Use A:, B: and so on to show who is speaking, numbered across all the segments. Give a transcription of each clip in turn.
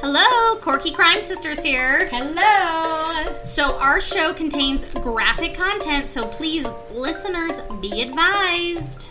A: Hello, Corky Crime Sisters here.
B: Hello.
A: So, our show contains graphic content, so please, listeners, be advised.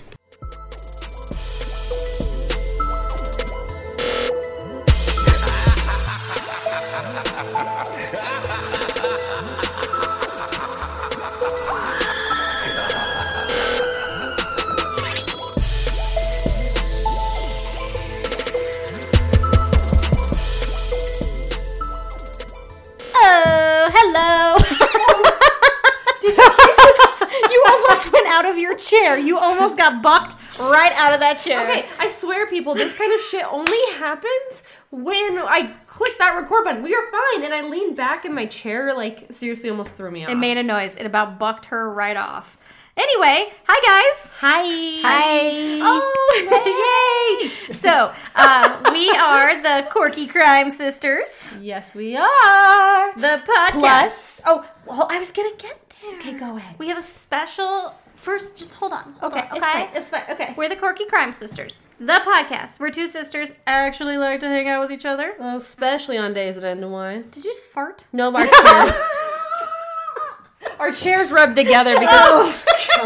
A: Oh, hello.
B: You almost went out of your chair. You almost got bucked right out of that chair.
C: Okay, I swear, people, this kind of shit only happens when I click that record button. We are fine, and I leaned back in my chair, like seriously, almost threw me off.
B: It made a noise. It about bucked her right off. Anyway, hi guys.
C: Hi.
B: Oh, yay! so, uh, we are the Corky Crime Sisters,
C: Yes, we are.
B: the podcast.
C: Plus-
B: oh, well, I was gonna get there.
C: Okay, go ahead.
B: We have a special. First, just hold on. Hold on,
C: It's fine. Okay.
B: We're the Corky Crime Sisters, the podcast. We're two sisters actually like to hang out with each other.
C: Well, especially on days that end in Y.
B: Did you just fart?
C: No, our chairs. our chairs rub together because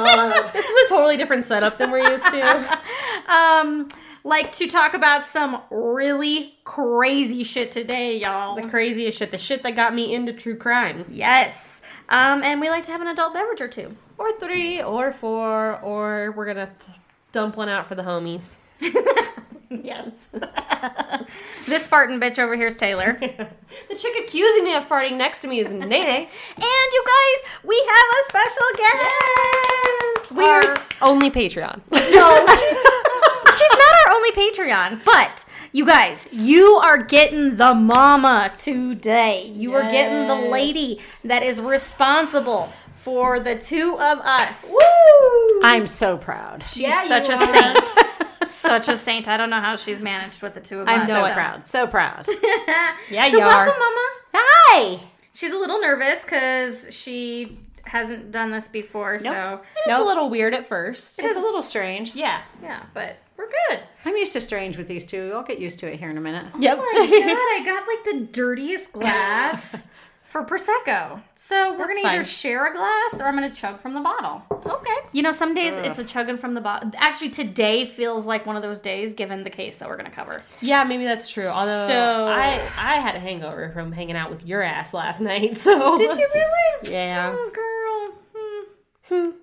C: this is a totally different setup than we're used to.
B: Um, like to talk about some really crazy shit today, y'all.
C: The craziest shit. The shit that got me into true crime.
B: Yes. Um, and we like to have an adult beverage or two.
C: Or three, or four, or we're gonna th- dump one out for the homies.
B: Yes. this farting bitch over here is Taylor.
C: The chick accusing me of farting next to me is Nene.
B: And you guys, we have a special guest. We
C: Our
B: are
C: only Patreon.
B: no. She's, she's not our only Patreon, but you guys, you are getting the mama today. You are getting the
C: Yes.
B: lady that is responsible for the two of us.
D: I'm so proud.
B: She's
C: Yeah, you
B: such a
C: are.
B: saint. such a saint. I don't know how she's managed with the two of
D: I'm
B: us.
D: so
B: so.
D: proud. So proud.
C: Yeah,
B: So
C: you are.
B: welcome, mama.
D: Hi.
B: She's a little nervous because she hasn't done this before. So
C: It's a little weird at first.
D: It's a little strange.
C: Yeah.
B: yeah, but we're good.
D: I'm used to strange with these two. I'll get used to it here in a minute.
C: Yep.
B: Oh my god, I got like the dirtiest glass for prosecco. So we're
C: That's
B: gonna either
C: fine.
B: share a glass or I'm gonna chug from the bottle.
C: okay.
B: You know, some days it's a chugging from the bottle. Actually, today feels like one of those days, given the case that we're gonna cover.
C: Yeah, maybe that's true. Although
B: So-
C: I I had a hangover from hanging out with your ass last night. So
B: Did you really?
C: Yeah.
B: Oh, girl. Hmm.
D: I'm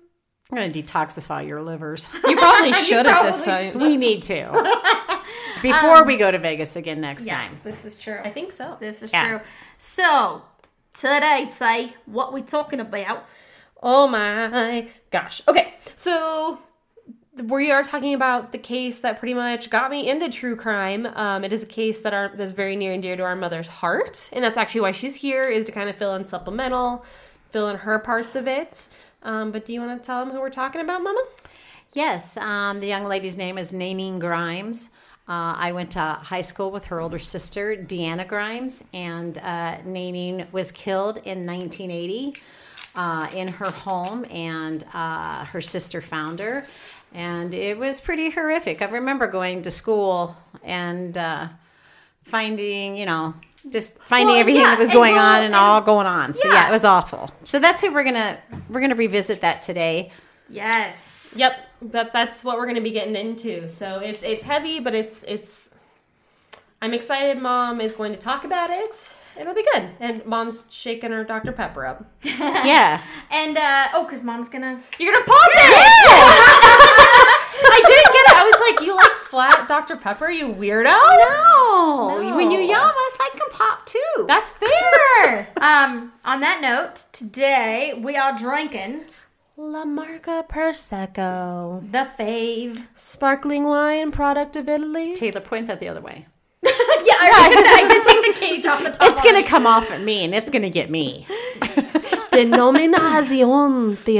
D: going to detoxify your livers.
C: You probably should at this
B: probably
C: time.
D: we need to. Before we go to Vegas again next
B: Yes,
D: time.
B: this is true.
C: I think so.
B: This is
D: Yeah.
B: true. So today, Tay, what we talking about?
C: Oh my gosh. Okay, so we are talking about the case that pretty much got me into true crime. Um, it is a case that are that's very near and dear to our mother's heart, and that's actually why she's here is to kind of fill in supplemental, fill in her parts of it. Um, but do you want to tell them who we're talking about, Mama?
D: Yes, um, the young lady's name is Nanine Grimes. Uh, I went to high school with her older sister, Deanna Grimes, and uh, Nanine was killed in 1980 uh, in her home, and uh, her sister found her. And it was pretty horrific. I remember going to school and uh, finding, you know, just finding
B: Well,
D: everything
B: yeah,
D: that was
B: and
D: going
B: well,
D: on and,
B: and-
D: all going on. So
B: yeah.
D: yeah, it was awful. So that's who we're gonna we're gonna revisit that today.
B: Yes.
C: Yep, that that's what we're gonna be getting into. So it's it's heavy, but it's it's. I'm excited. Mom is going to talk about it. It'll be good. And Mom's shaking her Dr Pepper up.
D: Yeah.
B: And uh, oh, because mom's gonna.
C: You're gonna pop it. I didn't get it. I was like, you like flat Dr Pepper, you weirdo.
D: No.
B: No.
D: When you yum us, I can pop too.
C: That's fair.
B: Um. On that note, today we are drinking
C: La Marca Prosecco,
B: the fave.
C: sparkling wine product of Italy.
D: Taylor, point that the other way.
B: Yeah, I, did take the cage off the top.
D: It's gonna come off at me, and it's gonna get me.
C: Denominazione di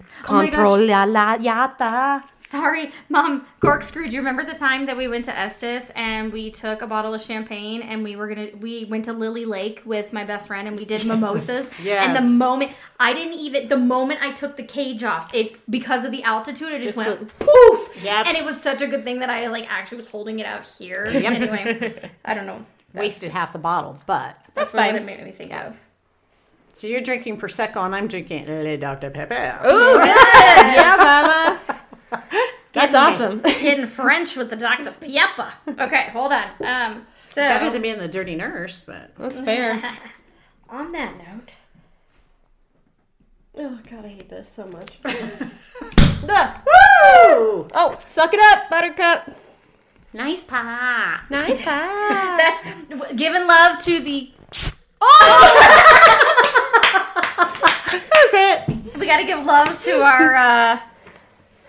B: my gosh.
C: controllata.
B: Sorry, Mom. Corkscrew. Do you remember the time that we went to Estes and we took a bottle of champagne and we were gonna we went to Lily Lake with my best friend and we did mimosas.
D: yes.
B: And the moment I didn't even the moment I took the cage off, it because of the altitude, it just,
C: Just
B: went poof.
D: Yep.
B: And it was such a good thing that I like actually was holding it out here. Anyway, I don't know.
D: wasted half the bottle, but
B: That's
E: fine.
B: what it made me think of.
D: so you're drinking prosecco and I'm drinking Little Dr Pepper.
C: Ooh, good. yeah, mama. That's awesome.
B: In French with the Dr. Pieppa. Okay, hold on. Um, so
D: Better than being the dirty nurse, but
C: That's fair.
B: on that note,
C: Oh god, I hate this so much.
D: woo!
C: Oh, suck it up, Buttercup.
D: Nice pie.
C: Nice pass.
B: that's w- giving love to the.
C: That's it.
B: We got to give love to our uh,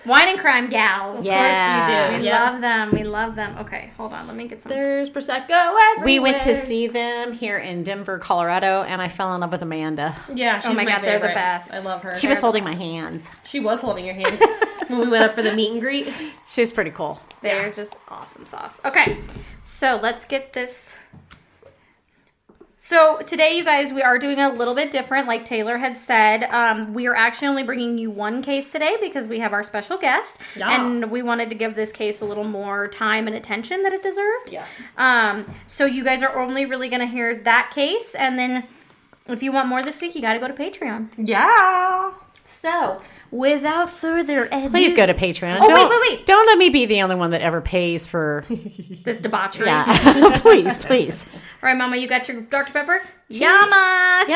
B: wine and crime gals.
D: Yeah.
B: We
C: Yeah.
B: love them. We love them. Okay, hold on. Let me get some.
C: There's prosecco everywhere.
D: We went to see them here in Denver, Colorado, and I fell in love with Amanda.
C: Yeah, she's
B: Oh my God, they're the
C: favorite.
B: best.
C: I love her.
D: She was holding my hands.
C: She was holding your hands when we went up for the meet and greet.
D: She was pretty cool.
B: They're just awesome sauce. Okay, so let's get this. So today, you guys, we are doing a little bit different. Like Taylor had said, um, we are actually only bringing you one case today because we have our special guest,
C: Yeah.
B: and we wanted to give this case a little more time and attention that it deserved. Um, so you guys are only really going to hear that case, and then if you want more this week, you got to go to Patreon.
C: Yeah.
B: So without further ado,
D: Please go to Patreon.
B: Oh, wait,
D: Don't-
B: wait, wait.
D: Don't let me be the only one that ever pays for.
B: this debauchery.
D: Yeah. please, please.
B: All right, Mama, you got your Dr. Pepper? Yamas!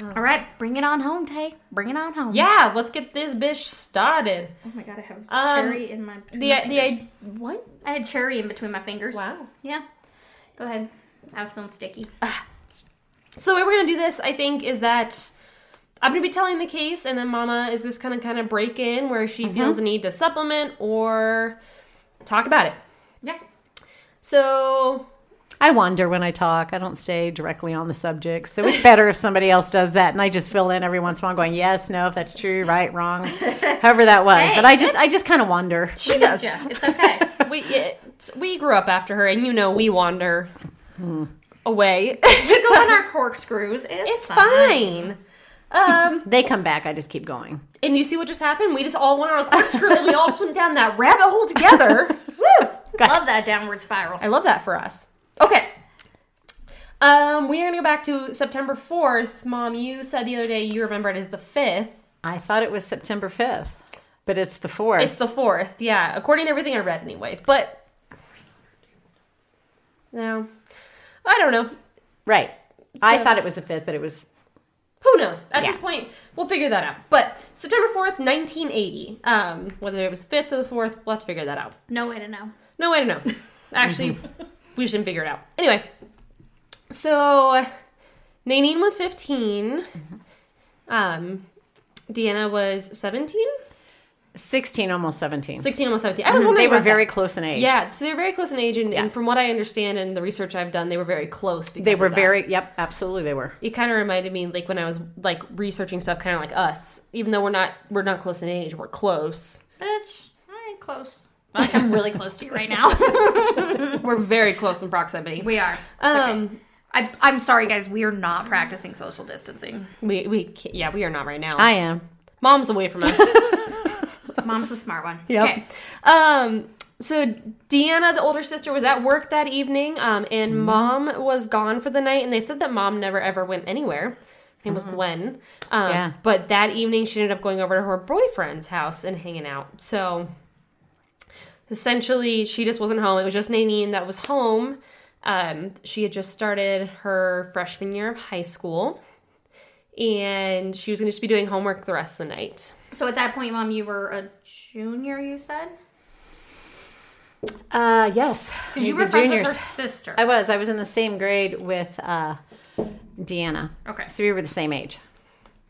B: All right, bring it on home, Tay. Bring it on home.
C: Yeah, let's get this bitch started.
B: Oh my god, I have
C: Um,
B: cherry in my. between
C: The
B: my
C: the
B: fingers.
C: I, what?
B: I had cherry in between my fingers.
C: Wow.
B: Yeah. Go ahead. I was feeling sticky.
C: So the way we're gonna do this, I think, is that I'm gonna be telling the case, and then Mama is just gonna kind of break in where she feels the need to supplement or talk about it.
B: Yeah.
C: So
D: I wander when I talk. I don't stay directly on the subject. So it's better if somebody else does that and I just fill in every once in a while going, yes, no, if that's true, right, wrong, however that was.
B: Hey,
D: but I just I just kind of wander.
C: she does.
B: Yeah, it's okay.
C: We it, we grew up after her, and you know we wander Hmm. away.
B: we go on our corkscrews. It's,
C: it's fine. Um,
D: They come back. I just keep going.
C: and you see what just happened? We just all went on a corkscrew, and we all just went down that rabbit hole together.
B: Woo!
D: ahead.
B: Love that downward spiral.
C: I love that for us. Okay. Um, we are gonna go back to September fourth. Mom, you said the other day you remember it as the fifth.
D: I thought it was September 5th, but it's the 4th.
C: It's the fourth, yeah, according to everything I read anyway. But no. I don't know.
D: right. I
C: So-
D: thought it was the 5th, but it was.
C: Who knows? At
D: Yeah.
C: this point, we'll figure that out. But September fourth, nineteen eighty. Um, whether it was the fifth or the fourth, we'll have to figure that out.
B: No way to know.
C: No, I don't know. Actually, we shouldn't figure it out. Anyway, so Nanine was 15.
D: Mm-hmm.
C: Um, Deanna was 17?
D: 16, almost 17.
C: 16, almost 17. I was wondering.
D: Mm-hmm. They were
C: about that.
D: very close in age.
C: Yeah, so they were very close in age, and, and from what I understand and the research I've done, they were very close. Because
D: They
C: of
D: were
C: that.
D: very, yep, absolutely they were.
C: It kind of reminded me, like when I was like researching stuff, kind of like us. Even though we're not, we're not close in age. We're close.
B: Bitch, I ain't close. Bitch, I'm really close to you right now.
C: We're very close in proximity.
B: we are. It's okay.
C: um,
B: I, I'm sorry, guys. We are not practicing social distancing.
C: we we can't, yeah, we are not right now.
D: I am.
C: Mom's away from us.
B: Mom's a smart one.
C: Yep. Um, so Deanna, the older sister, was at work that evening, um, and
D: Mm-hmm.
C: mom was gone for the night. And they said that mom never ever went anywhere. Her name was Gwen. Um,
D: Mm-hmm. Yeah.
C: But that evening, she ended up going over to her boyfriend's house and hanging out. So essentially, she just wasn't home. It was just Nanine that was home. Um, she had just started her freshman year of high school, and she was going to just be doing homework the rest of the night.
B: So at that point, Mom, you were a junior, you said?
D: Uh, yes.
B: Because you
D: The
B: were friends with her
D: juniors.
B: sister.
C: Uh,
D: I was. I was in the same grade with uh, Deanna.
B: Okay.
D: So we were the same age.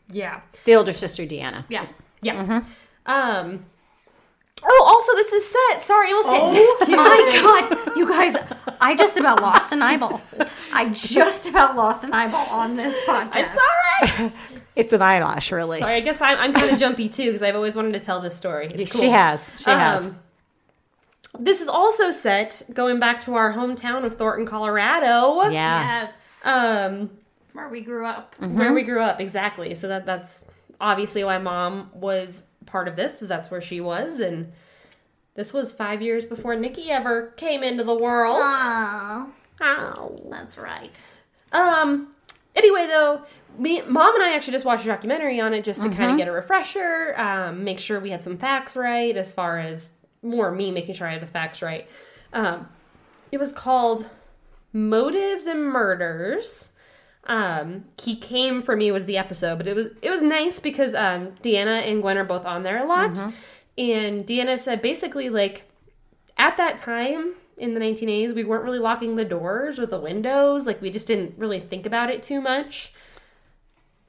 C: Yeah.
D: The older sister, Deanna.
B: Yeah.
C: Yeah. Um. Oh, also, this is set. Sorry, I almost hit.
B: My God, you guys, I just about lost an eyeball. I just about lost an eyeball on this podcast.
C: I'm sorry.
D: It's an eyelash, really.
C: sorry, I guess I'm, I'm kind of jumpy too because I've always wanted to tell this story. It's
D: She
C: cool.
D: has. She has.
C: Um, This is also set going back to our hometown of Thornton, Colorado.
D: Yeah.
B: Yes,
C: Um,
B: where we grew up.
D: Mm-hmm.
C: where we grew up exactly. So that that's obviously why mom was part of this. Is that's where she was and. This was five years before Nikki ever came into the world.
A: Uh,
B: Oh,
C: Ow.
B: that's right.
C: Um. Anyway, though, me, mom and I actually just watched a documentary on it just to
B: Mm-hmm.
C: kind of get a refresher, um, make sure we had some facts right, as far as more me making sure I had the facts right. Um, it was called Motives and Murders. Um, he came for me was the episode, but it was it was nice because um, Deanna and Gwen are both on there a lot,
B: Mm-hmm.
C: and Deanna said basically like at that time in the 1980s, we weren't really locking the doors or the windows. Like, we just didn't really think about it too much.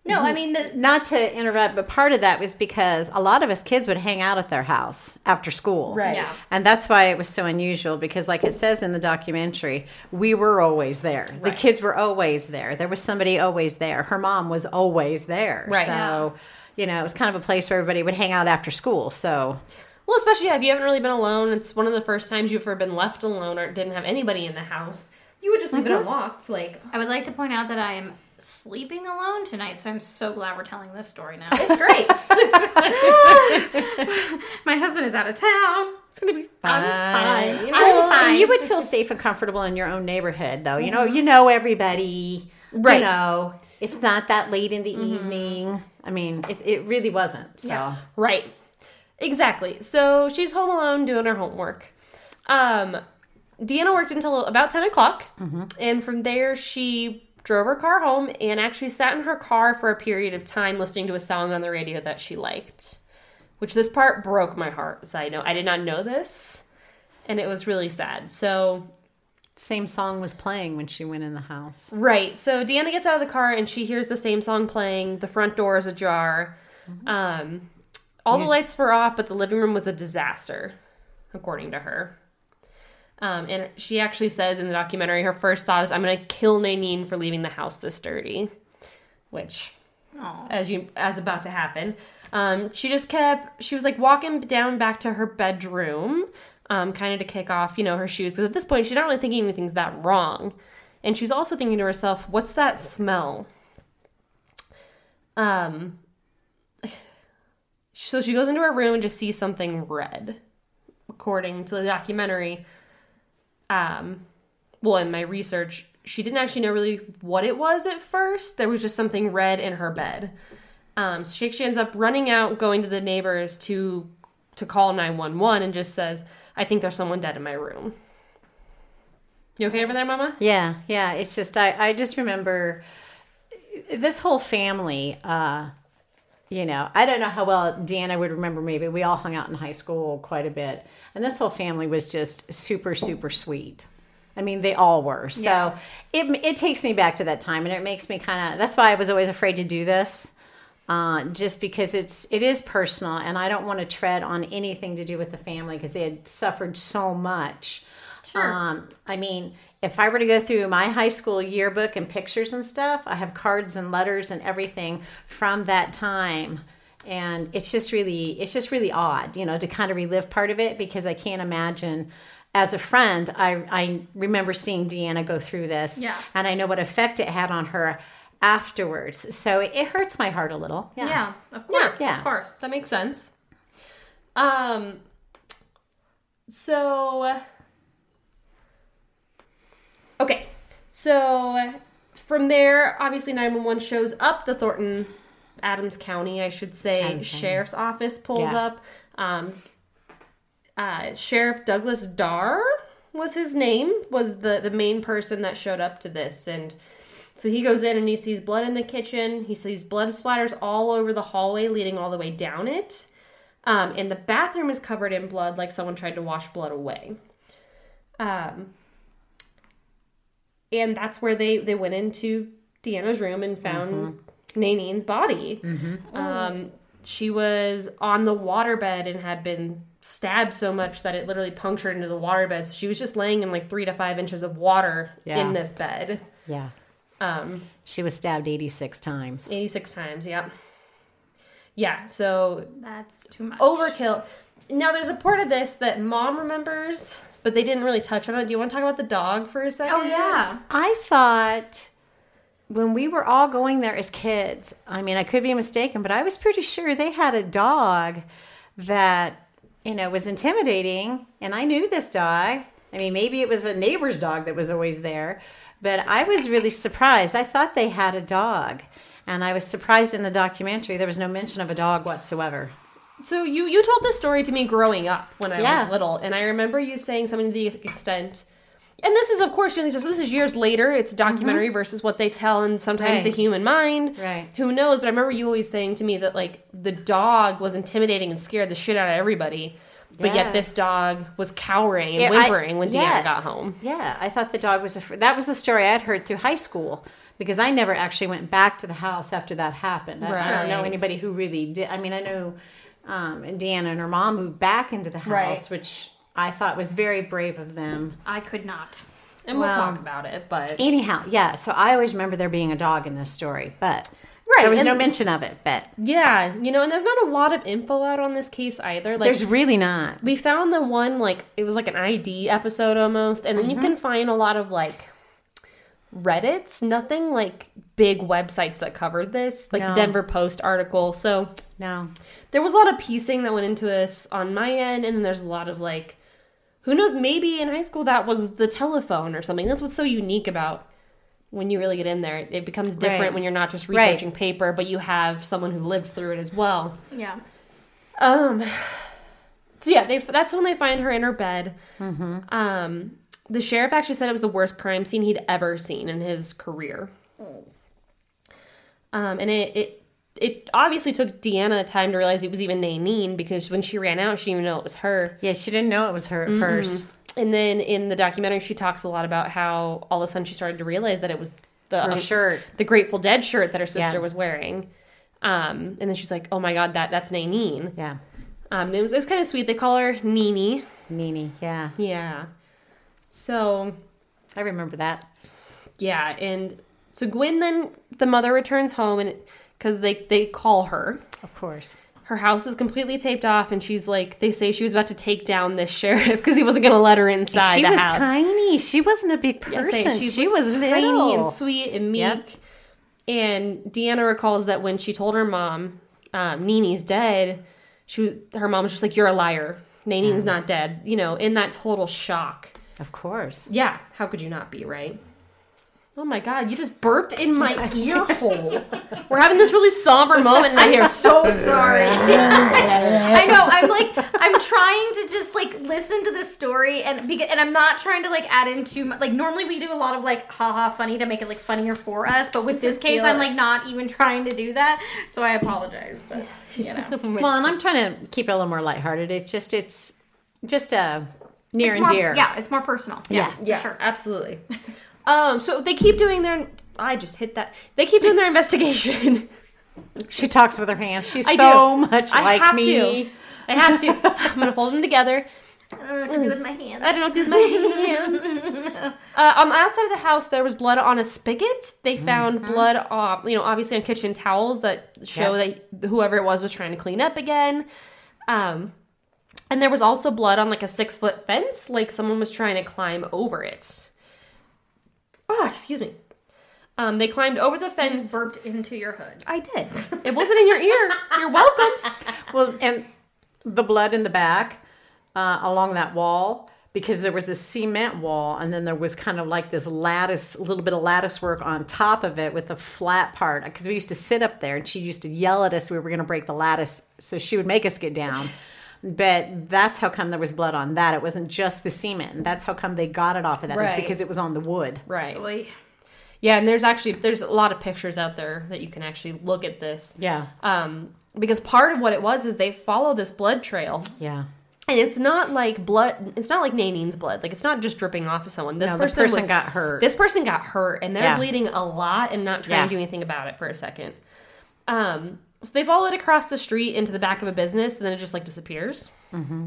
F: No, I mean the
D: Not to interrupt, but part of that was because a lot of us kids would hang out at their house after school.
C: Right.
F: Yeah.
D: And that's why it was so unusual because, like it says in the documentary, we were always there. The kids were always there. There was somebody always there. Her mom was always there.
C: Right.
D: So, you know, it was kind of a place where everybody would hang out after school. So,
C: Well, especially yeah, if you haven't really been alone, it's one of the first times you've ever been left alone or didn't have anybody in the house. You would just leave it unlocked. Like,
B: I would like to point out that I am sleeping alone tonight, so I'm so glad we're telling this story now.
C: it's great.
B: My husband is out of town.
C: it's going to be fun.
D: Fine.
B: I'm
D: And you
B: fine.
D: would feel safe and comfortable in your own neighborhood, though. You know, you know everybody.
C: Right.
D: You know, it's not that late in the evening. I mean, it, it really wasn't. So,
C: Right. Exactly. So she's home alone doing her homework. Um, Deanna worked until about 10 o'clock. And from there, she drove her car home and actually sat in her car for a period of time listening to a song on the radio that she liked. Which this part broke my heart. Side note, I did not know this. And it was really sad. So
D: same song was playing when she went in the house.
C: Right. So Deanna gets out of the car and she hears the same song playing. The front door is ajar. Um, all the lights were off, but the living room was a disaster, according to her. Um, and she actually says in the documentary, her first thought is, "I'm going to kill Nanine for leaving the house this dirty," which as you as about to happen. Um, she just kept she was like walking down back to her bedroom, um, kind of to kick off, you know, her shoes. Because at this point, she's not really thinking anything's that wrong, and she's also thinking to herself, "What's that smell?" Um. So she goes into her room and just sees something red, according to the documentary. Um, well, in my research, she didn't actually know really what it was at first. There was just something red in her bed. Um, so she actually ends up running out, going to the neighbors to to call nine one one, and just says, "I think there's someone dead in my room." You okay over there, Mama?
D: Yeah, yeah. It's just I, I just remember this whole family. Uh, you know, I don't know how well Deanna would remember me, but we all hung out in high school quite a bit, and this whole family was just super, super sweet. I mean, they all were. So it it takes me back to that time, and it makes me kind of. That's why I was always afraid to do this. Uh, just because it's it is personal, and I don't want to tread on anything to do with the family because they had suffered so much. Um, I mean, if I were to go through my high school yearbook and pictures and stuff, I have cards and letters and everything from that time. And it's just really, it's just really odd, you know, to kind of relive part of it because I can't imagine. As a friend, I, I remember seeing Deanna go through this,
B: Yeah.
D: and I know what effect it had on her afterwards. So it, it hurts my heart a little.
B: Yeah, of course,
D: Yeah.
B: of course.
C: That makes sense. Um. So. Okay. So from there, obviously, 911 shows up. The Thornton, Adams County, I should say, Sheriff's Office pulls
D: Yeah.
C: up. Um, uh, Sheriff Douglas Darr was his name, was the, the main person that showed up to this. And so he goes in and he sees blood in the kitchen. He sees blood splatters all over the hallway leading all the way down it. Um, and the bathroom is covered in blood, like someone tried to wash blood away. Um, and that's where they they went into Deanna's room and found Nanine's body. Um, she was on the waterbed and had been stabbed so much that it literally punctured into the waterbed. So she was just laying in like three to five inches of water
D: Yeah.
C: in this bed.
D: Yeah.
C: Um,
D: She was stabbed 86 times.
C: 86 times, yeah. Yeah, so
B: That's too much.
C: overkill. Now there's a part of this that mom remembers, but they didn't really touch on it. Do you want to talk about the dog for a second?
B: Oh yeah.
D: I thought when we were all going there as kids, I mean, I could be mistaken, but I was pretty sure they had a dog that you know, was intimidating. And I knew this dog. I mean, maybe it was a neighbor's dog that was always there, but I was really surprised. I thought they had a dog. And I was surprised in the documentary there was no mention of a dog whatsoever.
C: So you you told this story to me growing up when I
D: Yeah.
C: was little, and I remember you saying something to the extent. And this is, of course, really just this is years later. It's documentary versus what they tell, and sometimes
D: Mm-hmm. Right.
C: the human mind.
D: Right.
C: Who knows? But I remember you always saying to me that like the dog was intimidating and scared the shit out of everybody, but
D: Yeah.
C: yet this dog was cowering and
D: Yeah, I-
C: whimpering when
D: yes.
C: Deanna got home.
D: Yeah, I thought the dog was. Af- that was the story I'd heard through high school because I never actually went back to the house after that happened. I don't know
C: Right.
D: anybody who really did. I mean, I know um, Deanna and her mom moved back into the house, which I thought was very brave of them.
B: I could not.
C: And we'll talk about it. But
D: Anyhow, yeah. So I always remember there being a dog in this story, but
C: Right,
D: there was no
C: and-
D: mention of it. But
C: yeah, you know, and there's not a lot of info out on this case either. Like
D: there's really not.
C: We found the one like it was like an ID episode almost, and then you
D: Mm-hmm.
C: can find a lot of like Reddit's, nothing like big websites that covered this, like
D: No.
C: the Denver Post article. So
D: No.
C: there was a lot of piecing that went into this on my end, and then there's a lot of like, who knows? Maybe in high school that was the telephone or something. That's what's so unique about when you really get in there. It becomes different
D: Right.
C: when you're not just
D: Right.
C: researching paper, but you have someone who lived through it as well.
B: Yeah.
C: Um. So yeah, they that's when they find her in her bed.
D: Mm-hmm.
C: Um, the sheriff actually said it was the worst crime scene he'd ever seen in his career.
D: Oh.
C: Um, and it it it obviously took Deanna time to realize it was even Nanine because when she ran out, she didn't even know it was her.
D: Yeah, she didn't know it was her at first.
C: And then in the documentary, she talks a lot about how all of a sudden she started to realize that it was the
D: Her
C: um,
D: shirt.
C: the Grateful Dead shirt that her sister
D: Yeah.
C: was wearing. Um, and then she's like, "Oh my god, that that's Nanine."
D: Yeah.
C: Um, and it was it was kind of sweet. They call her Nini.
D: Nini. Yeah.
C: Yeah. So
D: I remember that.
C: yeah, and so Gwen then the mother returns home and because they they call her.
D: Of course.
C: Her house is completely taped off, and she's like, they say she was about to take down this sheriff because he wasn't going to let her inside
D: she
C: the
D: was
C: house.
D: tiny. She wasn't a big
C: Yeah,
D: person.
C: say
D: she
C: looks
D: was
C: tiny
D: little.
C: and sweet and meek.
D: Yep.
C: And Deanna recalls that when she told her mom, um, Nini's dead, she her mom was just like, "You're a liar. Nini's not dead." You know, in that total shock.
D: Of course.
C: Yeah, how could you not be, right? Oh my god, you just burped in my ear hole. We're having this really somber moment and I hear
B: So sorry. I know. I'm like, I'm trying to just like listen to this story, and beca- and I'm not trying to like add in too much. Like normally we do a lot of like haha funny to make it like funnier for us, but with this case, I'm like not even trying to do that. So I apologize, but you know,
D: Well, and I'm trying to keep it a little more lighthearted. It's just it's just uh, near
B: it's
D: and
B: more,
D: dear.
B: yeah, it's more personal.
D: Yeah.
B: for
C: Yeah,
B: sure.
C: absolutely. Um, so they keep doing their I just hit that. They keep doing their investigation.
D: She talks with her hands. She's
C: I
D: so
C: do.
D: much
C: I
D: like
C: have
D: me.
C: to. I have to. I'm gonna hold them together.
B: I don't know what to do with my hands.
C: I don't know what to do with my hands. Uh, on the outside of the house, there was blood on a spigot. They found blood, uh, you know, obviously on kitchen towels that show that whoever it was was trying to clean up again. Um, and there was also blood on like a six foot fence, like someone was trying to climb over it. Oh, excuse me. Um, they climbed over the fence.
B: burped into your hood.
C: I did. It wasn't in your ear. You're welcome.
D: Well, and the blood in the back uh, along that wall because there was a cement wall, and then there was kind of like this lattice, a little bit of lattice work on top of it with the flat part. Because we used to sit up there, and she used to yell at us we were going to break the lattice, so she would make us get down. But that's how come there was blood on that. It wasn't just the cement. And that's how come they got it off of that. It was
C: Right.
D: because it was on the wood.
C: Right.
B: Really?
C: Yeah, and there's actually there's a lot of pictures out there that you can actually look at this.
D: Yeah.
C: Um, because part of what it was is they follow this blood trail,
D: Yeah.
C: and it's not like blood. It's not like Nanine's blood. Like it's not just dripping off of someone. This
D: No, the
C: person,
D: person
C: was-
D: got hurt.
C: This person got hurt, and they're
D: Yeah.
C: bleeding a lot and not trying
D: Yeah.
C: to do anything about it for a second. Um, so they follow it across the street into the back of a business, and then it just like disappears. Mm-hmm.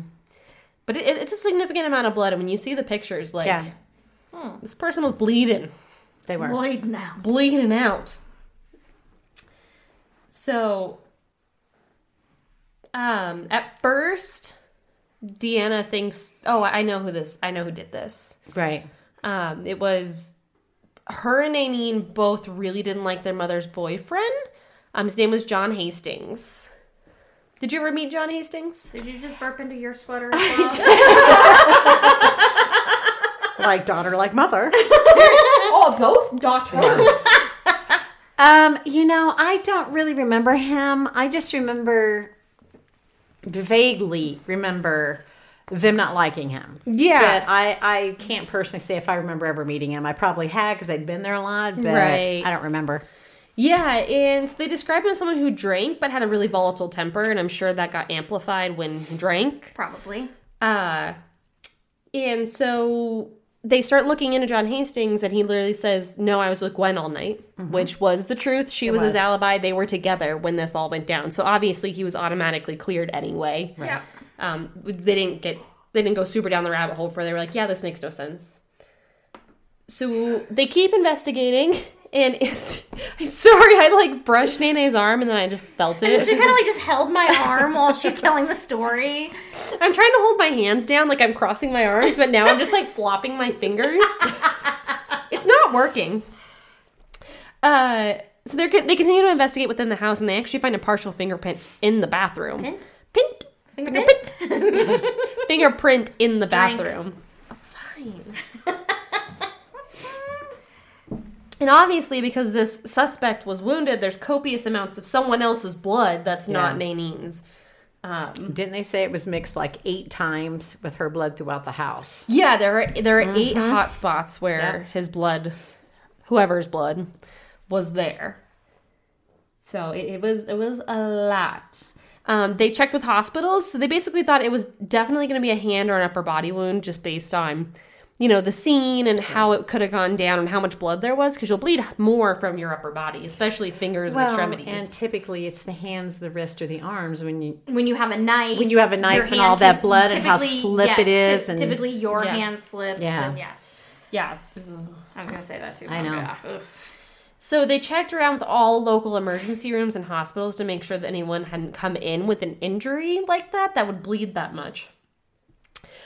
C: But it, it's a significant amount of blood, and when you see the pictures, like
D: Yeah.
C: this person was bleeding
D: They were.
B: Bleed now.
C: bleeding out. So, um, at first, Deanna thinks, "Oh, I know who this. I know who did this."
D: Right.
C: Um, it was her and Anine both really didn't like their mother's boyfriend. Um, his name was John Hastings. Did you ever meet John Hastings?
B: Did you just burp into your sweater? As well?
D: like daughter, like mother.
C: Oh, both daughters.
D: Um, you know, I don't really remember him. I just remember vaguely remember them not liking him.
C: Yeah.
D: But I, I can't personally say if I remember ever meeting him. I probably had because I'd been there a lot, but
C: Right.
D: I don't remember.
C: yeah, and they described him as someone who drank but had a really volatile temper, and I'm sure that got amplified when he drank.
B: Probably.
C: Uh, and so they start looking into John Hastings, and he literally says, No, I was with Gwen all night, which was the truth. She was, his
D: was.
C: alibi. They were together when this all went down. So obviously, he was automatically cleared anyway.
B: Yeah.
C: Um, they didn't get, they didn't go super down the rabbit hole for. They were like, Yeah, this makes no sense. So they keep investigating. And it's, I'm sorry, I like brushed Nene's arm and then I just felt it.
B: She kind of like just held my arm while she's telling the story.
C: I'm trying to hold my hands down, like I'm crossing my arms, but now I'm just like flopping my fingers. it's not working. Uh, so they they continue to investigate within the house, and they actually find a partial fingerprint in the bathroom. Pint, pint,
B: Fingerprint?
C: fingerprint in the
B: Drink.
C: bathroom.
B: Fine.
C: And obviously, because this suspect was wounded, there's copious amounts of someone else's blood that's not
D: Yeah.
C: Nanine's. Um,
D: Didn't they say it was mixed like eight times with her blood throughout the house?
C: Yeah, there are there are eight hot spots where
D: Mm-hmm. Yeah.
C: his blood, whoever's blood, was there. So it, it was it was a lot. Um, they checked with hospitals, so they basically thought it was definitely going to be a hand or an upper body wound, just based on you know the scene and how it could have gone down and how much blood there was, because you'll bleed more from your upper body, especially fingers and extremities.
D: and typically it's the hands, the wrist, or the arms when you
B: When you have a knife.
D: When you have a knife
B: your
D: and
B: hand
D: all that
B: can-
D: blood and how
B: typically-
D: slip it
B: yes,
D: is
B: ty-
D: and-
B: typically your
C: Yeah.
B: hand slips.
D: Yeah.
B: And yes.
C: yeah,
B: I was going to say that too.
D: I
F: Oh,
D: know.
B: Yeah. Ugh.
C: So they checked around with all local emergency rooms and hospitals to make sure that anyone hadn't come in with an injury like that that would bleed that much.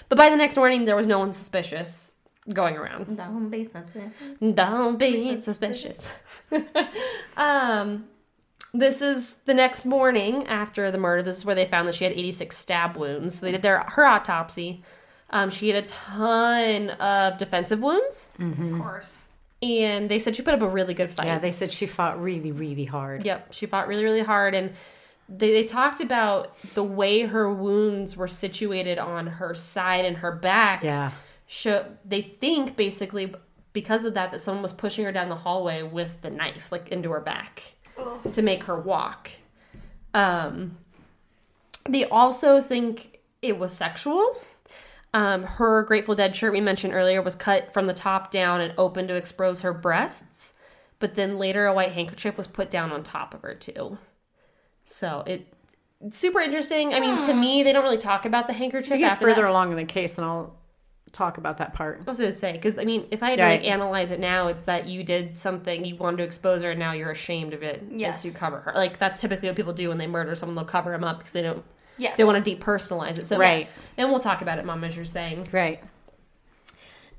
C: But by the next morning, there was no one suspicious going around.
B: The home base husband.
C: Don't be suspicious. um, this is the next morning after the murder. This is where they found that she had 86 stab wounds. They did their her autopsy. Um, she had a ton of defensive wounds,
D: Mm.
B: Of course.
C: and they said she put up a really good fight.
D: Yeah, they said she fought really, really hard.
C: Yep, she fought really, really hard, and they, they talked about the way her wounds were situated on her side and her back.
D: Yeah.
C: show they think basically because of that that someone was pushing her down the hallway with the knife, like into her back, to make her walk. Um, they also think it was sexual. Um, her Grateful Dead shirt we mentioned earlier was cut from the top down and open to expose her breasts, but then later a white handkerchief was put down on top of her too. So it it's super interesting. I mean, to me, they don't really talk about the handkerchief
D: We get
C: after
D: further
C: that.
D: along in the case, and I'll talk about that part.
C: I was gonna say because I mean, if I had to
D: Right.
C: like analyze it now, it's that you did something you wanted to expose her, and now you're ashamed of it. and
B: Yes.
C: so you cover her. Like that's typically what people do when they murder someone; they'll cover them up because they don't
B: Yes.
C: they want to depersonalize it. So
D: Right.
C: yes. and we'll talk about it, Mom, as you're saying.
D: Right.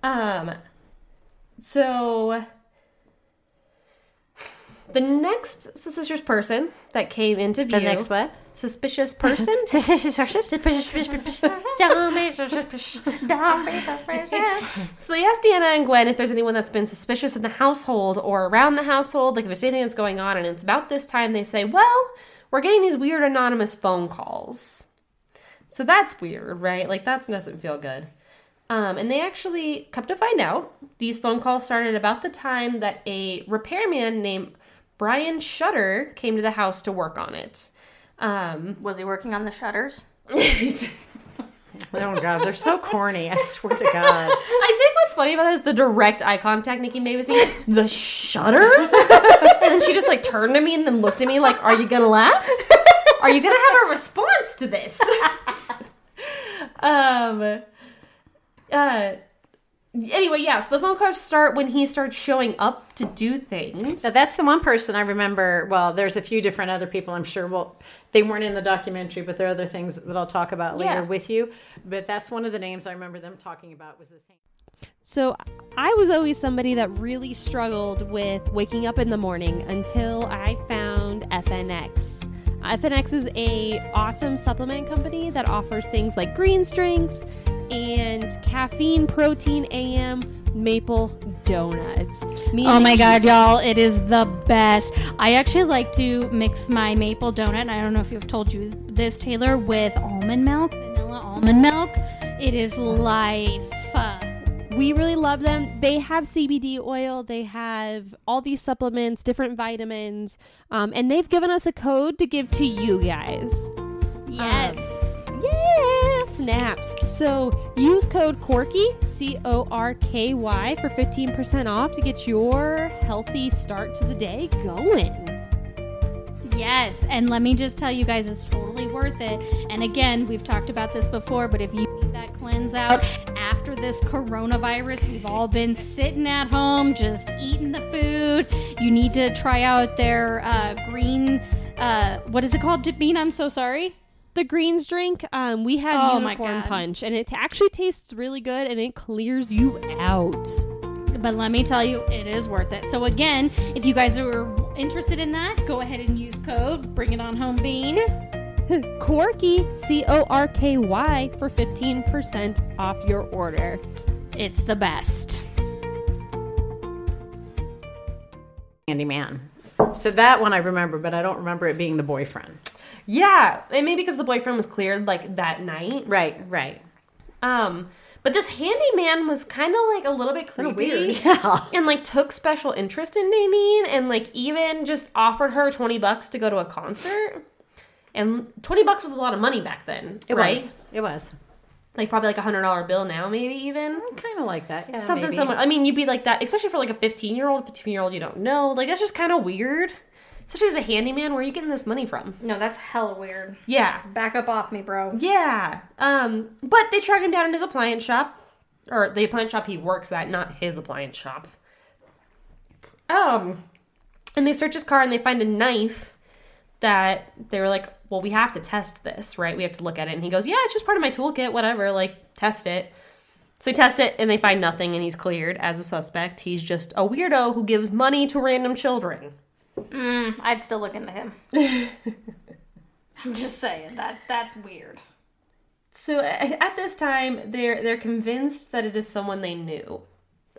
C: Um, so the next suspicious person that came into view,
D: The next what?
C: suspicious person,
B: Don't be suspicious.
C: So they asked Deanna and Gwen if there's anyone that's been suspicious in the household or around the household, like if there's anything that's going on. And it's about this time they say, well, we're getting these weird anonymous phone calls. So that's weird, right? Like that doesn't feel good. Um, and they actually, come to find out, these phone calls started about the time that a repairman named Brian Shutter came to the house to work on it. Um,
B: Was he working on the shutters?
D: Oh God, they're so corny. I swear to God.
C: I think what's funny about that is the direct eye contact Nikki made with me. The shudders? and then she just like turned to me and then looked at me like, Are you gonna laugh? Are you gonna have a response to this? um uh anyway, yeah, so the phone calls start when he starts showing up to do things.
D: Now, that's the one person I remember. Well, there's a few different other people I'm sure. Well, they weren't in the documentary, but there are other things that I'll talk about later
C: Yeah.
D: with you. But that's one of the names I remember them talking about was the same.
C: So I was always somebody that really struggled with waking up in the morning until I found FNX. FNX is a awesome supplement company that offers things like greens drinks and caffeine, protein, AM, maple donuts. Me and
A: Oh my
C: Nikki's-
A: god, y'all, it is the best. I actually like to mix my maple donut, I don't know if you've told you this, Taylor, with almond milk, vanilla almond milk. It is life. Uh,
C: We really love them. They have CBD oil, they have all these supplements, different vitamins, um, and they've given us a code to give to you guys.
A: Yes.
C: Yeah, snaps. So use code Corky C O R K Y for fifteen percent off to get your healthy start to the day going.
A: Yes, and let me just tell you guys, it's totally worth it. And again, we've talked about this before, but if you need that cleanse out after this coronavirus, we've all been sitting at home just eating the food. You need to try out their uh, green, uh, what is it called, Bean? I'm so sorry.
C: The greens drink, um, we have
A: Oh my
C: unicorn
A: God.
C: punch, and it actually tastes really good, and it clears you out.
A: But let me tell you, it is worth it. So again, if you guys are interested in that, go ahead and use code Bring It On Home Bean.
C: Corky C O R K Y for fifteen percent off your order.
A: It's the best.
D: Candyman. So that one I remember, but I don't remember it being the boyfriend.
C: Yeah, and maybe because the boyfriend was cleared like that night.
D: Right, right.
C: Um, but this handyman was kind of like a little bit creepy,
D: weird, yeah.
C: and like took special interest in Danine, and like even just offered her twenty bucks to go to a concert. And twenty bucks was a lot of money back then,
D: It
C: right?
D: was. It was.
C: Like probably like a hundred dollar bill now, maybe even
D: Kind of like that. Yeah,
C: something
D: maybe.
C: similar. I mean, you'd be like that, especially for like a fifteen year old, fifteen year old you don't know. Like that's just kind of weird. Especially as a handyman, where are you getting this money from?
F: No, that's hella weird.
C: Yeah,
F: Back up off me, bro.
C: Yeah. Um, but they track him down in his appliance shop. Or the appliance shop he works at, not his appliance shop. Um and they search his car and they find a knife that they were like, Well, we have to test this, right? We have to look at it. And he goes, Yeah, it's just part of my toolkit, whatever, like test it. So they test it and they find nothing and he's cleared as a suspect. He's just a weirdo who gives money to random children.
F: I'd still look into him. I'm just saying that that's weird.
C: So a- at this time, they're they're convinced that it is someone they knew.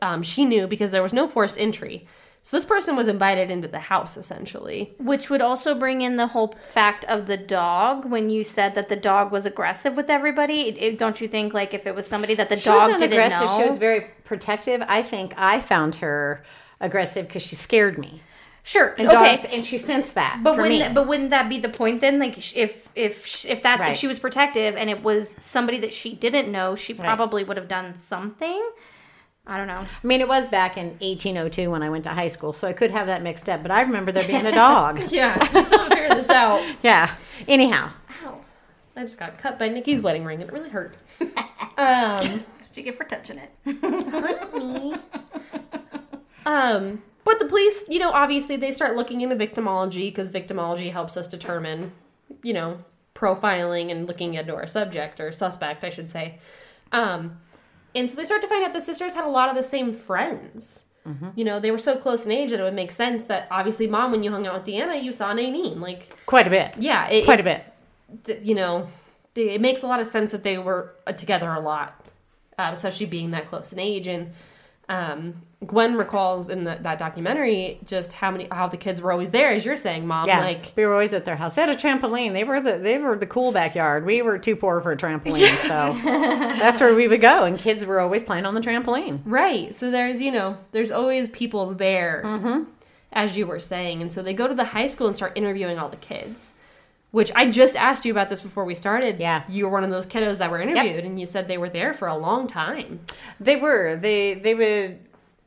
C: Um, she knew because there was no forced entry. So this person was invited into the house essentially.
F: Which would also bring in the whole fact of the dog when you said that the dog was aggressive with everybody. It- it- don't you think, like, if it was somebody that the
D: She
F: dog
D: wasn't
F: didn't
D: aggressive.
F: know?
D: She was very protective. I think I found her aggressive because she scared me.
F: sure.
D: And
F: okay.
D: dogs, and she sensed that.
F: but
D: for
F: wouldn't
D: me.
F: but wouldn't that be the point then? Like sh- if if sh- if that's
D: Right.
F: if she was protective and it was somebody that she didn't know, she probably would have done something. I don't know.
D: I mean, it was back in 1802 when I went to high school, so I could have that mixed up. But I remember there being a dog.
C: Yeah, I just want to figure this out.
D: yeah. Anyhow,
C: I just got cut by Nikki's wedding ring and it really hurt.
F: That's what you get for touching it.
C: Um, but the police, you know, obviously they start looking into victimology because victimology helps us determine, you know, profiling and looking into our subject or suspect, I should say. Um, and so they start to find out the sisters had a lot of the same friends.
D: Mm-hmm.
C: You know, they were so close in age that it would make sense that obviously, mom, when you hung out with Deanna, you saw Nanine. Like,
D: quite a bit.
C: yeah, it,
D: Quite a bit.
C: th- you know, they, it makes a lot of sense that they were uh, together a lot, um, especially being that close in age. And um, Gwen recalls in the, that documentary just how many how the kids were always there, as you're saying, mom.
D: Yeah,
C: Like,
D: we were always at their house. They had a trampoline. They were the they were the cool backyard. We were too poor for a trampoline, so that's where we would go. And kids were always playing on the trampoline.
C: right? So there's you know there's always people there,
D: Mm-hmm.
C: as you were saying. And so they go to the high school and start interviewing all the kids. Which I just asked you about this before we started.
D: Yeah.
C: you were one of those kiddos that were interviewed, and you said they were there for a long time.
D: They were. They they would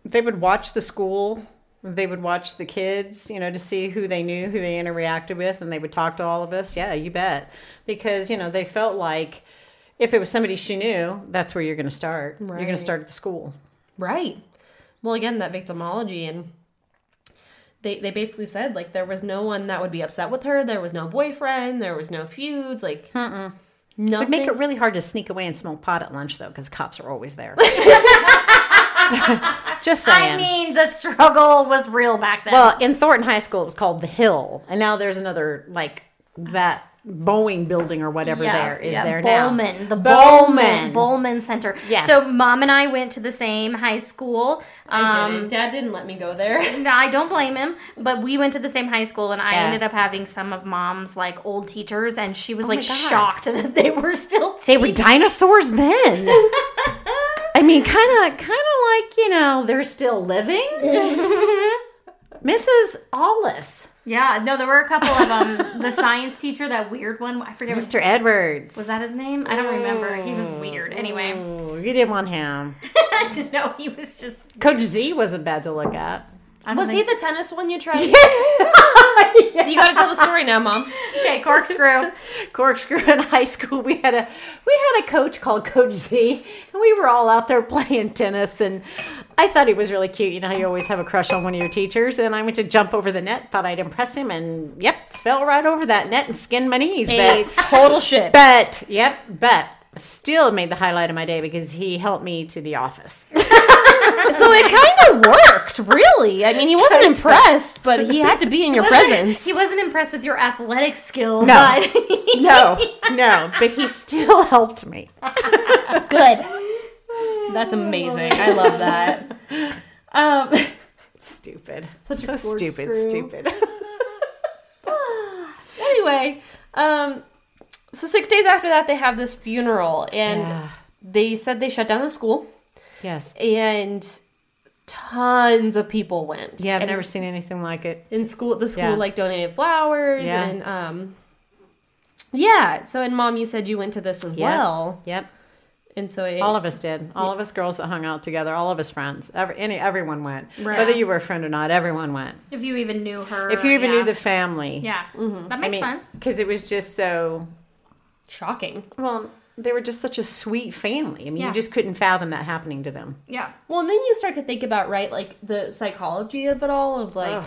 D: they would watch the school. They would watch the kids, you know, to see who they knew, who they interacted with, and they would talk to all of us. Yeah, you bet. Because, you know, they felt like if it was somebody she knew, that's where you're going to start. You're going
C: Right.
D: to start at the school.
C: Right. Well, again, that victimology and they they basically said like there was no one that would be upset with her. There was no boyfriend. There was no feuds. Like
D: It would
C: nothing.
D: make it really hard to sneak away and smoke pot at lunch, though, because cops are always there. Just saying.
F: I mean, the struggle was real back then.
D: well, in Thornton High School, it was called The Hill, and now there's another like that Boeing building or whatever
B: Yeah,
D: there is
B: yeah,
D: there now.
F: Bowman, the
D: Bowman.
F: Bowman Bowman Center.
D: Yeah.
F: So mom and I went to the same high school.
C: I
F: Um,
C: did it. Dad didn't let me go there.
F: No, I don't blame him, but we went to the same high school, and I
D: Yeah.
F: ended up having some of mom's like old teachers, and she was like
D: Oh my God.
F: shocked that they were still.
D: They were dinosaurs then. I mean, kind of, kind of like you know, they're still living. Mrs. Allis,
F: yeah, no, there were a couple of them. the science teacher, that weird one, I forget. Was,
D: Mr. Edwards.
F: was that his name? I don't remember. He was weird. Anyway,
D: Ooh, Oh, you didn't want him.
F: no, he was just.
D: Coach Z wasn't bad to look at.
F: I don't
C: Was he
F: think-
C: the tennis one you tried?
D: Yeah.
C: You gotta tell the story now, Mom.
F: okay? Corkscrew.
D: corkscrew in high school we had a we had a coach called coach z and we were all out there playing tennis and i thought he was really cute you know how you always have a crush on one of your teachers and i went to jump over the net thought i'd impress him and yep fell right over that net and skinned my knees
F: Hey.
D: but,
C: Total shit.
D: but yep but still made the highlight of my day because he helped me to the office
C: So it kind of worked, really. I mean, he wasn't impressed, but he had to be in your presence.
F: He wasn't impressed with your athletic skill.
D: No.
F: but-
D: no no but he still helped me
A: Good.
C: That's amazing. I love that. Um,
D: stupid so stupid stupid
C: anyway, um, so six days after that, they have this funeral, and
D: Yeah.
C: they said they shut down the school,
D: yes
C: and tons of people went.
D: yeah i've
C: and
D: never seen anything like it
C: in school the school
D: Yeah.
C: like donated flowers
D: Yeah.
C: and um yeah so and mom you said you went to this as well
D: yep
C: and so it,
D: All of us did. All of us girls that hung out together. All of us friends. Every, any, everyone went.
F: Right.
D: Whether you were a friend or not, everyone went.
F: If you even knew her.
D: If you even
F: yeah.
D: knew the family,
F: Yeah,
B: Mm-hmm.
F: that makes sense.
D: because it was just so.
C: shocking
D: Well, they were just such a sweet family. I mean,
F: Yeah.
D: you just couldn't fathom that happening to them.
F: Yeah.
C: well and then you start to think about right like the psychology of it all of like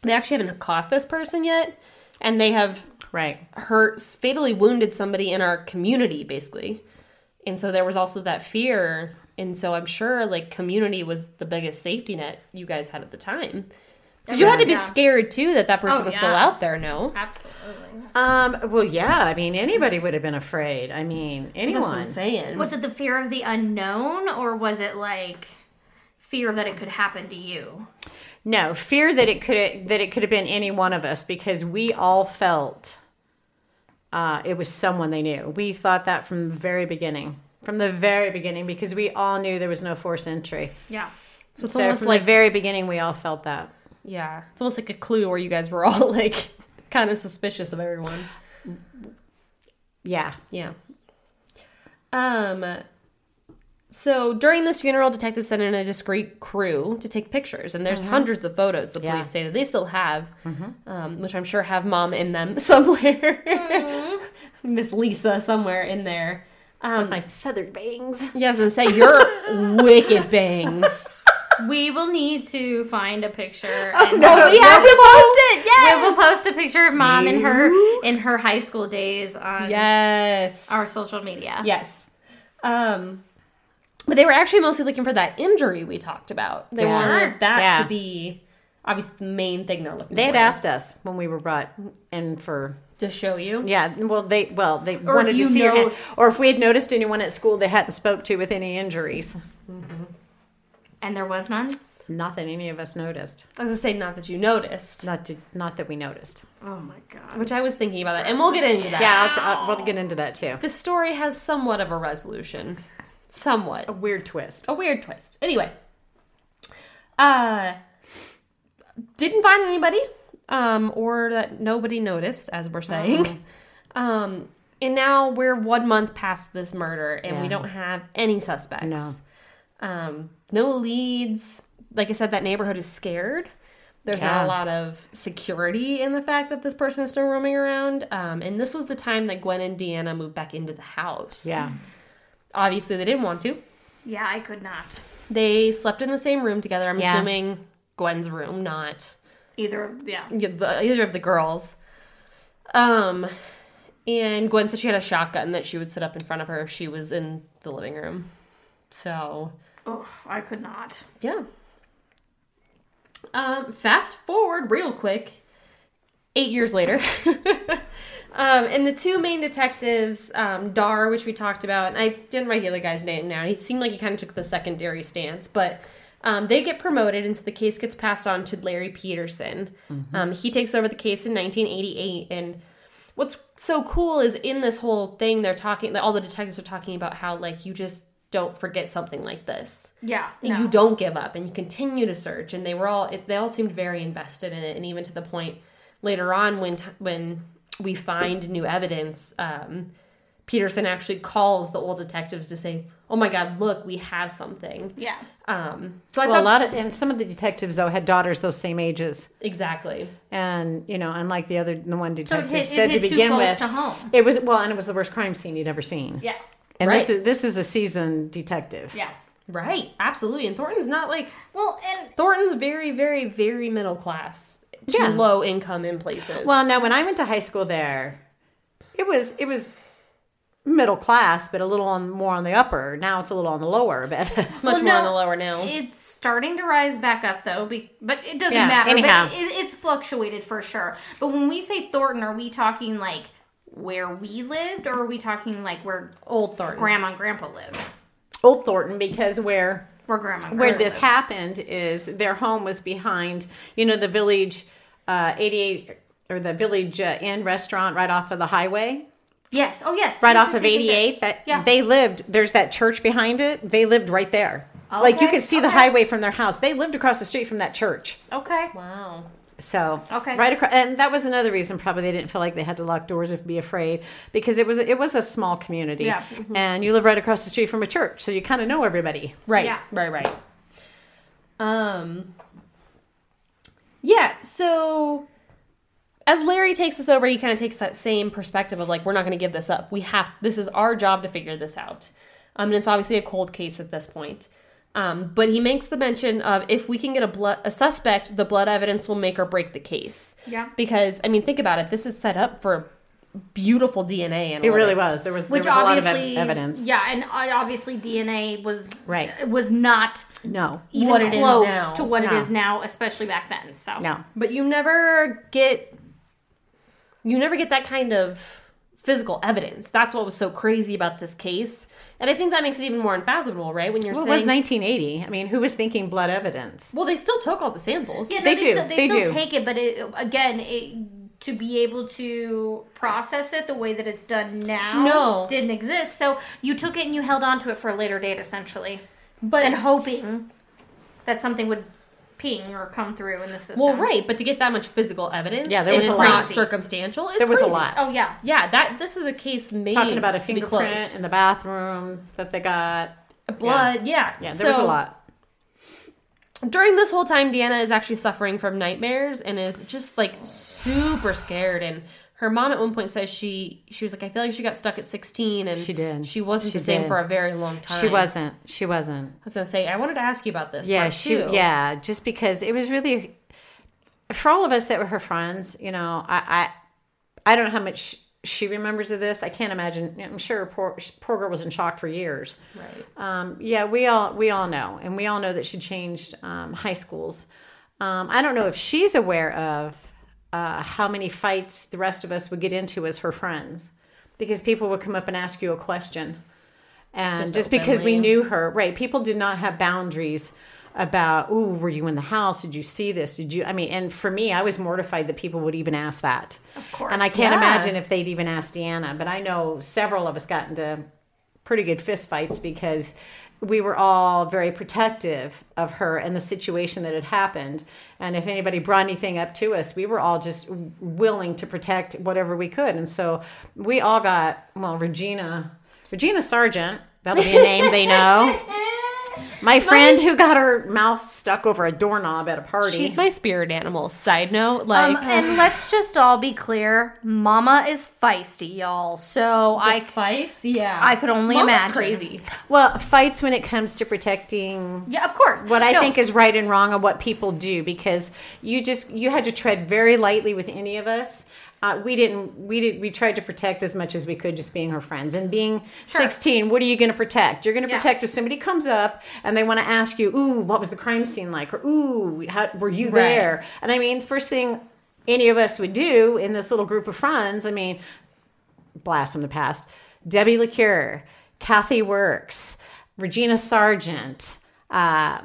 C: they actually haven't caught this person yet and they have
D: Right.
C: hurt fatally wounded somebody in our community basically and so there was also that fear and so i'm sure like community was the biggest safety net you guys had at the time because you had to be
F: Yeah.
C: scared too that that person
F: Oh,
C: was still
F: yeah.
C: out there no
F: Absolutely.
D: Um. Well, yeah. I mean, anybody would have been afraid. I mean,
C: that's what i'm
D: anyone.
C: saying
F: Was it the fear of the unknown, or was it like fear that it could happen to you?
D: No fear that it could that it could have been any one of us because we all felt uh, it was someone they knew. We thought that from the very beginning, from the very beginning, because we all knew there was no forced entry.
F: Yeah.
C: so it's
D: so
C: almost
D: from
C: like
D: the very beginning, we all felt that.
C: yeah it's almost like a clue where you guys were all like kind of suspicious of everyone
D: Yeah,
C: Yeah. Um so during this funeral, detectives sent in a discreet crew to take pictures, and there's hundreds of photos the
D: Yeah.
C: police say that they still have, um, which I'm sure have mom in them somewhere. Miss Lisa somewhere in there. Um,
D: my feathered bangs.
C: yeah, I was gonna say your wicked bangs.
F: We will need to find a picture.
C: Oh,
F: and
D: no, we have
C: to post it.
F: We will post a picture of mom in her in her high school days on
C: Yes.
F: our social media.
C: Yes. Um, but they were actually mostly looking for that injury we talked about. They
D: Yeah.
C: wanted that
D: Yeah.
C: to be obviously the main thing they're looking
D: They
C: for.
D: had asked us when we were brought in for
C: to show you.
D: yeah. Well, they well they wanted to
F: you
D: see
F: know-
D: your, or if we had noticed anyone at school they hadn't spoke to with any injuries.
F: And there was none.
D: Not that any of us noticed.
C: I was gonna say not that you noticed,
D: Not to, not that we noticed.
F: Oh my god.
C: which I was thinking about that, and we'll get into that.
D: Yeah, I'll t- I'll, we'll get into that too.
C: The story has somewhat of a resolution, somewhat
D: A weird twist.
C: a weird twist. Anyway, uh, didn't find anybody, um, or that nobody noticed, as we're saying.
D: Mm-hmm.
C: Um, and now we're one month past this murder, and we
D: Yeah.
C: don't have any suspects. No. Um, no leads. Like I said, that neighborhood is scared. There's not a
D: Yeah.
C: lot of security in the fact that this person is still roaming around. Um, and this was the time that Gwen and Deanna moved back into the house.
D: Yeah.
C: Obviously, they didn't want to.
F: Yeah, I could not.
C: They slept in the same room together. I'm
D: Yeah.
C: assuming Gwen's room, not
F: Either of yeah.
C: either of the girls. Um, and Gwen said she had a shotgun that she would sit up in front of her if she was in the living room. So
F: Oh, I could not.
C: yeah. Um, fast forward real quick eight years later. um, and the two main detectives, um, Dar, which we talked about, and I didn't write the other guy's name now. He seemed like he kind of took the secondary stance, but um, they get promoted, and so the case gets passed on to Larry Peterson. Um, he takes over the case in 1988, and what's so cool is in this whole thing, they're talking. All the detectives are talking about how like you just don't forget something like this
B: Yeah.
C: and you don't give up and you continue to search and they were all it, they all seemed very invested in it and even to the point later on when t- when we find new evidence um, peterson actually calls the old detectives to say oh my god look we have something
B: Yeah.
C: um, so i
D: Well, a
C: thought
D: lot of and some of the detectives though had daughters those same ages,
C: exactly
D: and you know, unlike the other the one detective
F: hit- it
D: said
F: hit
D: to
F: too
D: begin
F: close
D: with,
F: to home.
D: it was well, and it was the worst crime scene you'd ever seen.
B: Yeah.
D: and this
C: Right.
D: is this is a seasoned detective.
B: Yeah.
C: right absolutely and thornton's not like
B: Well, and
C: thornton's very very very middle class to
D: Yeah.
C: low income in places
D: Well, now when I went to high school there, it was it was middle class, but a little on more on the upper. Now it's a little on the lower, but
C: it's much
B: well,
C: more
B: no,
C: on the lower now
B: It's starting to rise back up though, be, but it doesn't
D: Yeah,
B: matter.
D: anyhow.
B: But it, it's fluctuated for sure. But when we say Thornton, are we talking like where we lived, or are we talking like where
C: old thornton
B: grandma and grandpa lived?
D: Old Thornton because where
B: Where grandma and
D: where
B: grandpa
D: this
B: lived.
D: happened is their home was behind you know the village uh, 88 or the village uh, inn restaurant right off of the highway
B: Yes. Oh yes.
D: right
B: Yes,
D: off
B: yes,
D: of
B: yes, yes,
D: 88
B: yes.
D: that
B: Yeah.
D: they lived there's that church behind it they lived right there like you
B: Okay,
D: could see the
B: okay.
D: highway from their house they lived across the street from that church
B: Okay.
C: wow
D: so
B: Okay.
D: right across, and that was another reason probably they didn't feel like they had to lock doors or be afraid because it was it was a small community,
B: Yeah. mm-hmm.
D: and you live right across the street from a church, so you kind of know everybody.
C: Right.
B: Yeah.
C: Right. Right. Um. Yeah. So, as Larry takes this over, he kind of takes that same perspective of like, we're not going to give this up. We have this is our job to figure this out. Um, and it's obviously a cold case at this point. Um, but he makes the mention of if we can get a blood a suspect, the blood evidence will make or break the case.
B: Yeah.
C: Because I mean, think about it. This is set up for beautiful DNA, and
D: It really was. There was
B: Which
D: there was a lot
B: obviously
D: of ev- evidence.
B: Yeah, and uh, obviously DNA was
D: Right.
B: was not
D: No,
B: even
C: What it is
B: close
C: now.
B: to what
D: No.
B: it is now, especially back then. So
D: no.
C: but you never get you never get that kind of physical evidence that's what was so crazy about this case and i think that makes it even more unfathomable right when you're
D: Well, it was
C: saying
D: 1980. I mean, who was thinking blood evidence?
C: well they still took all the samples
B: Yeah, no,
D: They
B: they,
D: do.
B: Still, they,
D: They
B: still
D: do.
B: take it, but it, again, it, to be able to process it the way that it's done now
C: No.
B: didn't exist. So you took it and you held on to it for a later date, essentially, but and hoping that something would ping or come through in the system.
C: well right but to get that much physical evidence
D: Yeah, there
C: and
D: was a
C: it's
D: lot.
C: not circumstantial is
D: There was a
C: crazy.
D: lot.
B: Oh yeah.
C: yeah that this is a case made
D: Talking about a
C: to be
D: fingerprint
C: closed.
D: in the bathroom that they got.
C: blood yeah
D: Yeah, there was a lot.
C: during this whole time deanna is actually suffering from nightmares and is just like super scared and her mom at one point says she she was like i feel like she got stuck at 16 and
D: She did.
C: she wasn't
D: She
C: the same
D: did.
C: for a very long time
D: She wasn't. She wasn't.
C: i was gonna say i wanted to ask you about this
D: yeah
C: part
D: she
C: too.
D: yeah just because it was really for all of us that were her friends you know i i, I don't know how much she remembers of this i can't imagine i'm sure poor, poor girl was in shock for years
C: right
D: um, yeah we all we all know and we all know that she changed um, high schools um, i don't know if she's aware of uh, how many fights the rest of us would get into as her friends because people would come up and ask you a question and just,
C: Just
D: because we
C: openly.
D: knew her right people did not have boundaries about ooh were you in the house did you see this did you i mean and for me i was mortified that people would even ask that of
B: course.
D: and i can't
C: Yeah.
D: imagine if they'd even asked deanna but i know several of us got into pretty good fist fights because we were all very protective of her and the situation that had happened. And if anybody brought anything up to us, we were all just willing to protect whatever we could. And so we all got, well, Regina, Regina Sargent, that'll be a name they know. My friend who got her mouth stuck over a doorknob at a party.
C: she's my spirit animal side note like
F: Um, and let's just all be clear, Mama is feisty, y'all. So I, c-
C: fights yeah
F: I could only
C: Mama's
F: imagine.
C: crazy
D: well, fights when it comes to protecting
F: Yeah, of course.
D: what I
F: No,
D: think is right and wrong of what people do because you just you had to tread very lightly with any of us. Uh, we didn't. We did. We tried to protect as much as we could, just being her friends and being sixteen. What are you going to protect? You're going to protect if somebody comes up and they want to ask you, "Ooh, what was the crime scene like?" or "Ooh, how, were you
C: Right.
D: there?" And I mean, first thing any of us would do in this little group of friends. I mean, blast from the past. Debbie LaCure, Kathy Works, Regina Sargent. Uh,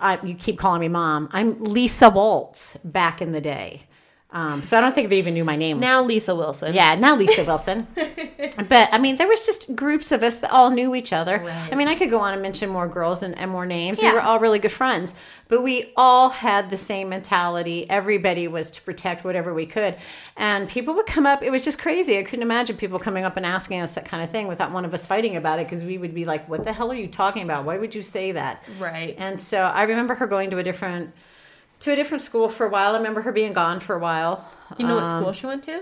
D: I, you keep calling me mom. I'm Lisa Waltz back in the day. Um, so I don't think they even knew my name.
C: Now Lisa Wilson.
D: Yeah, now Lisa Wilson. but I mean, there was just groups of us that all knew each other. I mean, I could go on and mention more girls and, and more names. We were all really good friends, but we all had the same mentality. Everybody was to protect whatever we could, and people would come up. It was just crazy. I couldn't imagine people coming up and asking us that kind of thing without one of us fighting about it because we would be like, "What the hell are you talking about? Why would you say that?"
G: Right.
D: And so I remember her going to a different to a different school for a while. I remember her being gone for a while.
C: Do you know what school she went to?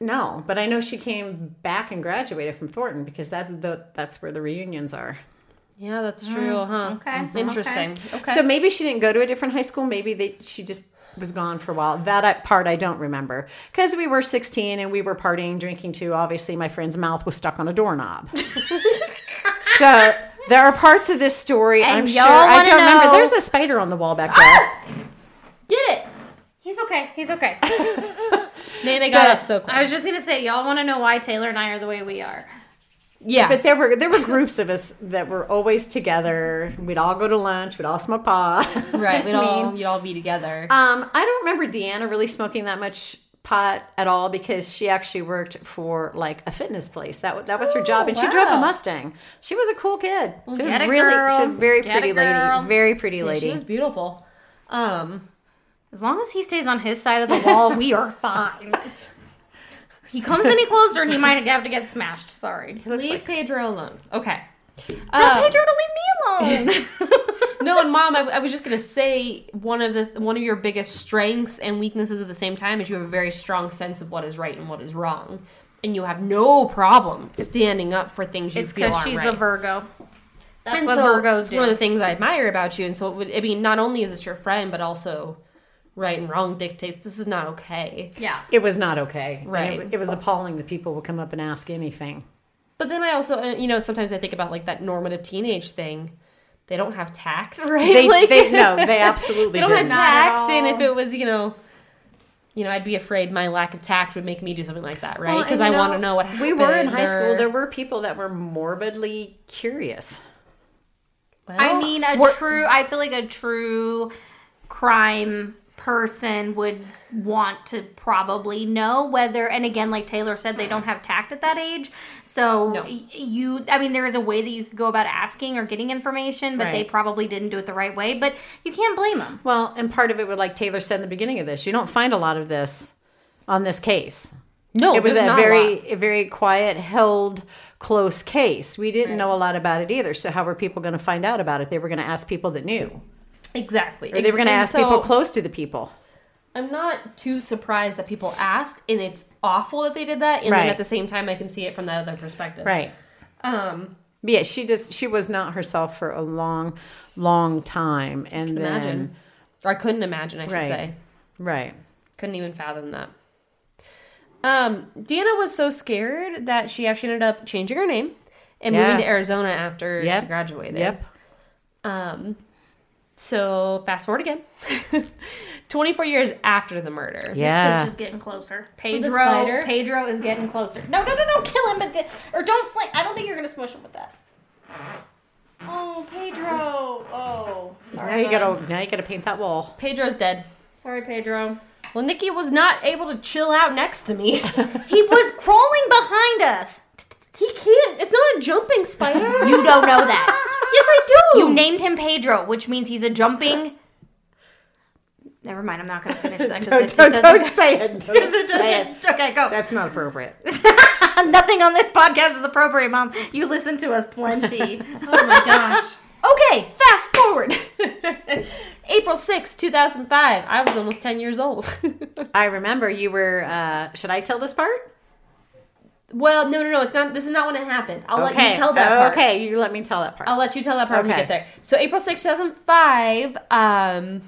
D: No, but I know she came back and graduated from Thornton because that's the that's where the reunions are.
C: Yeah, that's true, huh? Mm-hmm.
B: okay,
C: Interesting. Mm, Okay.
D: So maybe she didn't go to a different high school. Maybe they she just was gone for a while. That I- part I don't remember because we were 16 and we were partying, drinking too. Obviously, my friend's mouth was stuck on a doorknob. so there are parts of this story I'm sure
B: y'all
D: I
B: wanna
D: don't remember.
B: know-
D: There's a spider on the wall back there.
B: Get it. He's okay. He's okay.
C: Nana got up so quick.
B: I was just gonna say, y'all want to know why Taylor and I are the way we are?
C: Yeah.
D: But there were there were groups of us that were always together. We'd all go to lunch. We'd all smoke pot.
C: right. We'd
D: I
C: all,
D: mean-
C: you'd all be together.
D: Um, I don't remember Deanna really smoking that much pot at all because she actually worked for like a fitness place. That that was her job, and she drove a Mustang. She was a cool kid. She was
B: get it,
D: really,
B: girl.
D: she was a very
B: Get it,
D: pretty
B: girl.
D: lady, very pretty
C: she
D: lady.
C: was beautiful. Um,
B: As long as he stays on his side of the wall, we are fine. he comes any closer, he might have to get smashed. Sorry.
C: leave Pedro alone. Okay.
B: Tell Pedro to leave me alone.
C: No, and mom, I, I was just gonna say one of the one of your biggest strengths and weaknesses at the same time is you have a very strong sense of what is right and what is wrong, and you have no problem standing up for things you
B: it's
C: feel
B: because
C: aren't
B: she's
C: right.
B: a Virgo. That's
C: And
B: what
C: so
B: Virgos
C: it's
B: do.
C: one of the things I admire about you. And so, it would, I mean, not only is this your friend, but also right and wrong dictates this is not okay.
B: yeah.
D: it was not okay. And
C: Right.
D: It, it was appalling that people would come up and ask anything.
C: But then I also, uh, you know, sometimes I think about like that normative teenage thing. They don't have tact, right?
D: They,
C: like,
D: they no, they absolutely
C: they don't have
D: didn't.
B: at
C: tact. And
B: all.
C: if it was, you know, you know, I'd be afraid my lack of tact would make me do something like that, right?
D: Well,
C: Because
D: and
C: I
D: you
C: want to know what happened.
D: We were in high
C: or-
D: school. There were people that were morbidly curious.
B: I mean, a true. I feel like a true crime person would want to probably know whether. And again, like Taylor said, they don't have tact at that age. So y- you, I mean, there is a way that you could go about asking or getting information, but they
C: Right.
B: probably didn't do it the right way. But you can't blame them.
D: Well, and part of it would like Taylor said in the beginning of this, you don't find a lot of this on this case.
C: no,
D: it was
C: there's
D: Oh, a
C: not
D: very
C: lot.
D: a very quiet, held, close case. We didn't know a lot about it either. So how were people going to find out about it? They were going to ask people that knew,
C: exactly.
D: or they were going to
C: And
D: ask people
C: so-
D: close to the people.
C: I'm not too surprised that people asked, and it's awful that they did that. And
D: Right.
C: then at the same time, I can see it from that other perspective.
D: Right. Um. Yeah, she just she was not herself for a long, long time, and then
C: Imagine, or I couldn't imagine. I should
D: Right.
C: say,
D: right.
C: couldn't even fathom that. Um, Deanna was so scared that she actually ended up changing her name and
D: Yeah.
C: moving to Arizona after
D: Yep.
C: she graduated.
D: Yep.
C: Um, so fast forward again, 24 years after the murder.
D: Yeah.
B: It's just getting closer.
C: spider?
B: Pedro, Oh, Pedro is getting closer. No, no, no, no, kill him, but the, or don't fling. I don't think you're gonna smush him with that. Oh, Pedro. Oh, sorry.
D: Now you gotta now you gotta paint that wall.
C: Pedro's dead.
B: Sorry, Pedro.
C: Well, Nikki was not able to chill out next to me.
B: He was crawling behind us.
C: He can't. It's not a jumping spider.
B: You don't know that. yes, I do. You named him Pedro, which means he's a jumping. Never mind. I'm not going to finish that. 'cause
D: Don't,
B: it just
D: don't,
B: doesn't-
D: don't say it. Don't say it.
B: Okay, go.
D: That's not appropriate.
B: Uh, Nothing on this podcast is appropriate, Mom. You listen to us plenty.
C: Oh my gosh. Okay, fast forward. April sixth, two 2005. I was almost 10 years old.
D: I remember you were. Uh, should I tell this part?
C: well, no, no, no. It's not. This is not when it happened. I'll let you tell that part.
D: Okay, you let me tell that part.
C: I'll let you tell that part when we
D: Okay.
C: get there. So April sixth, two 2005. Um,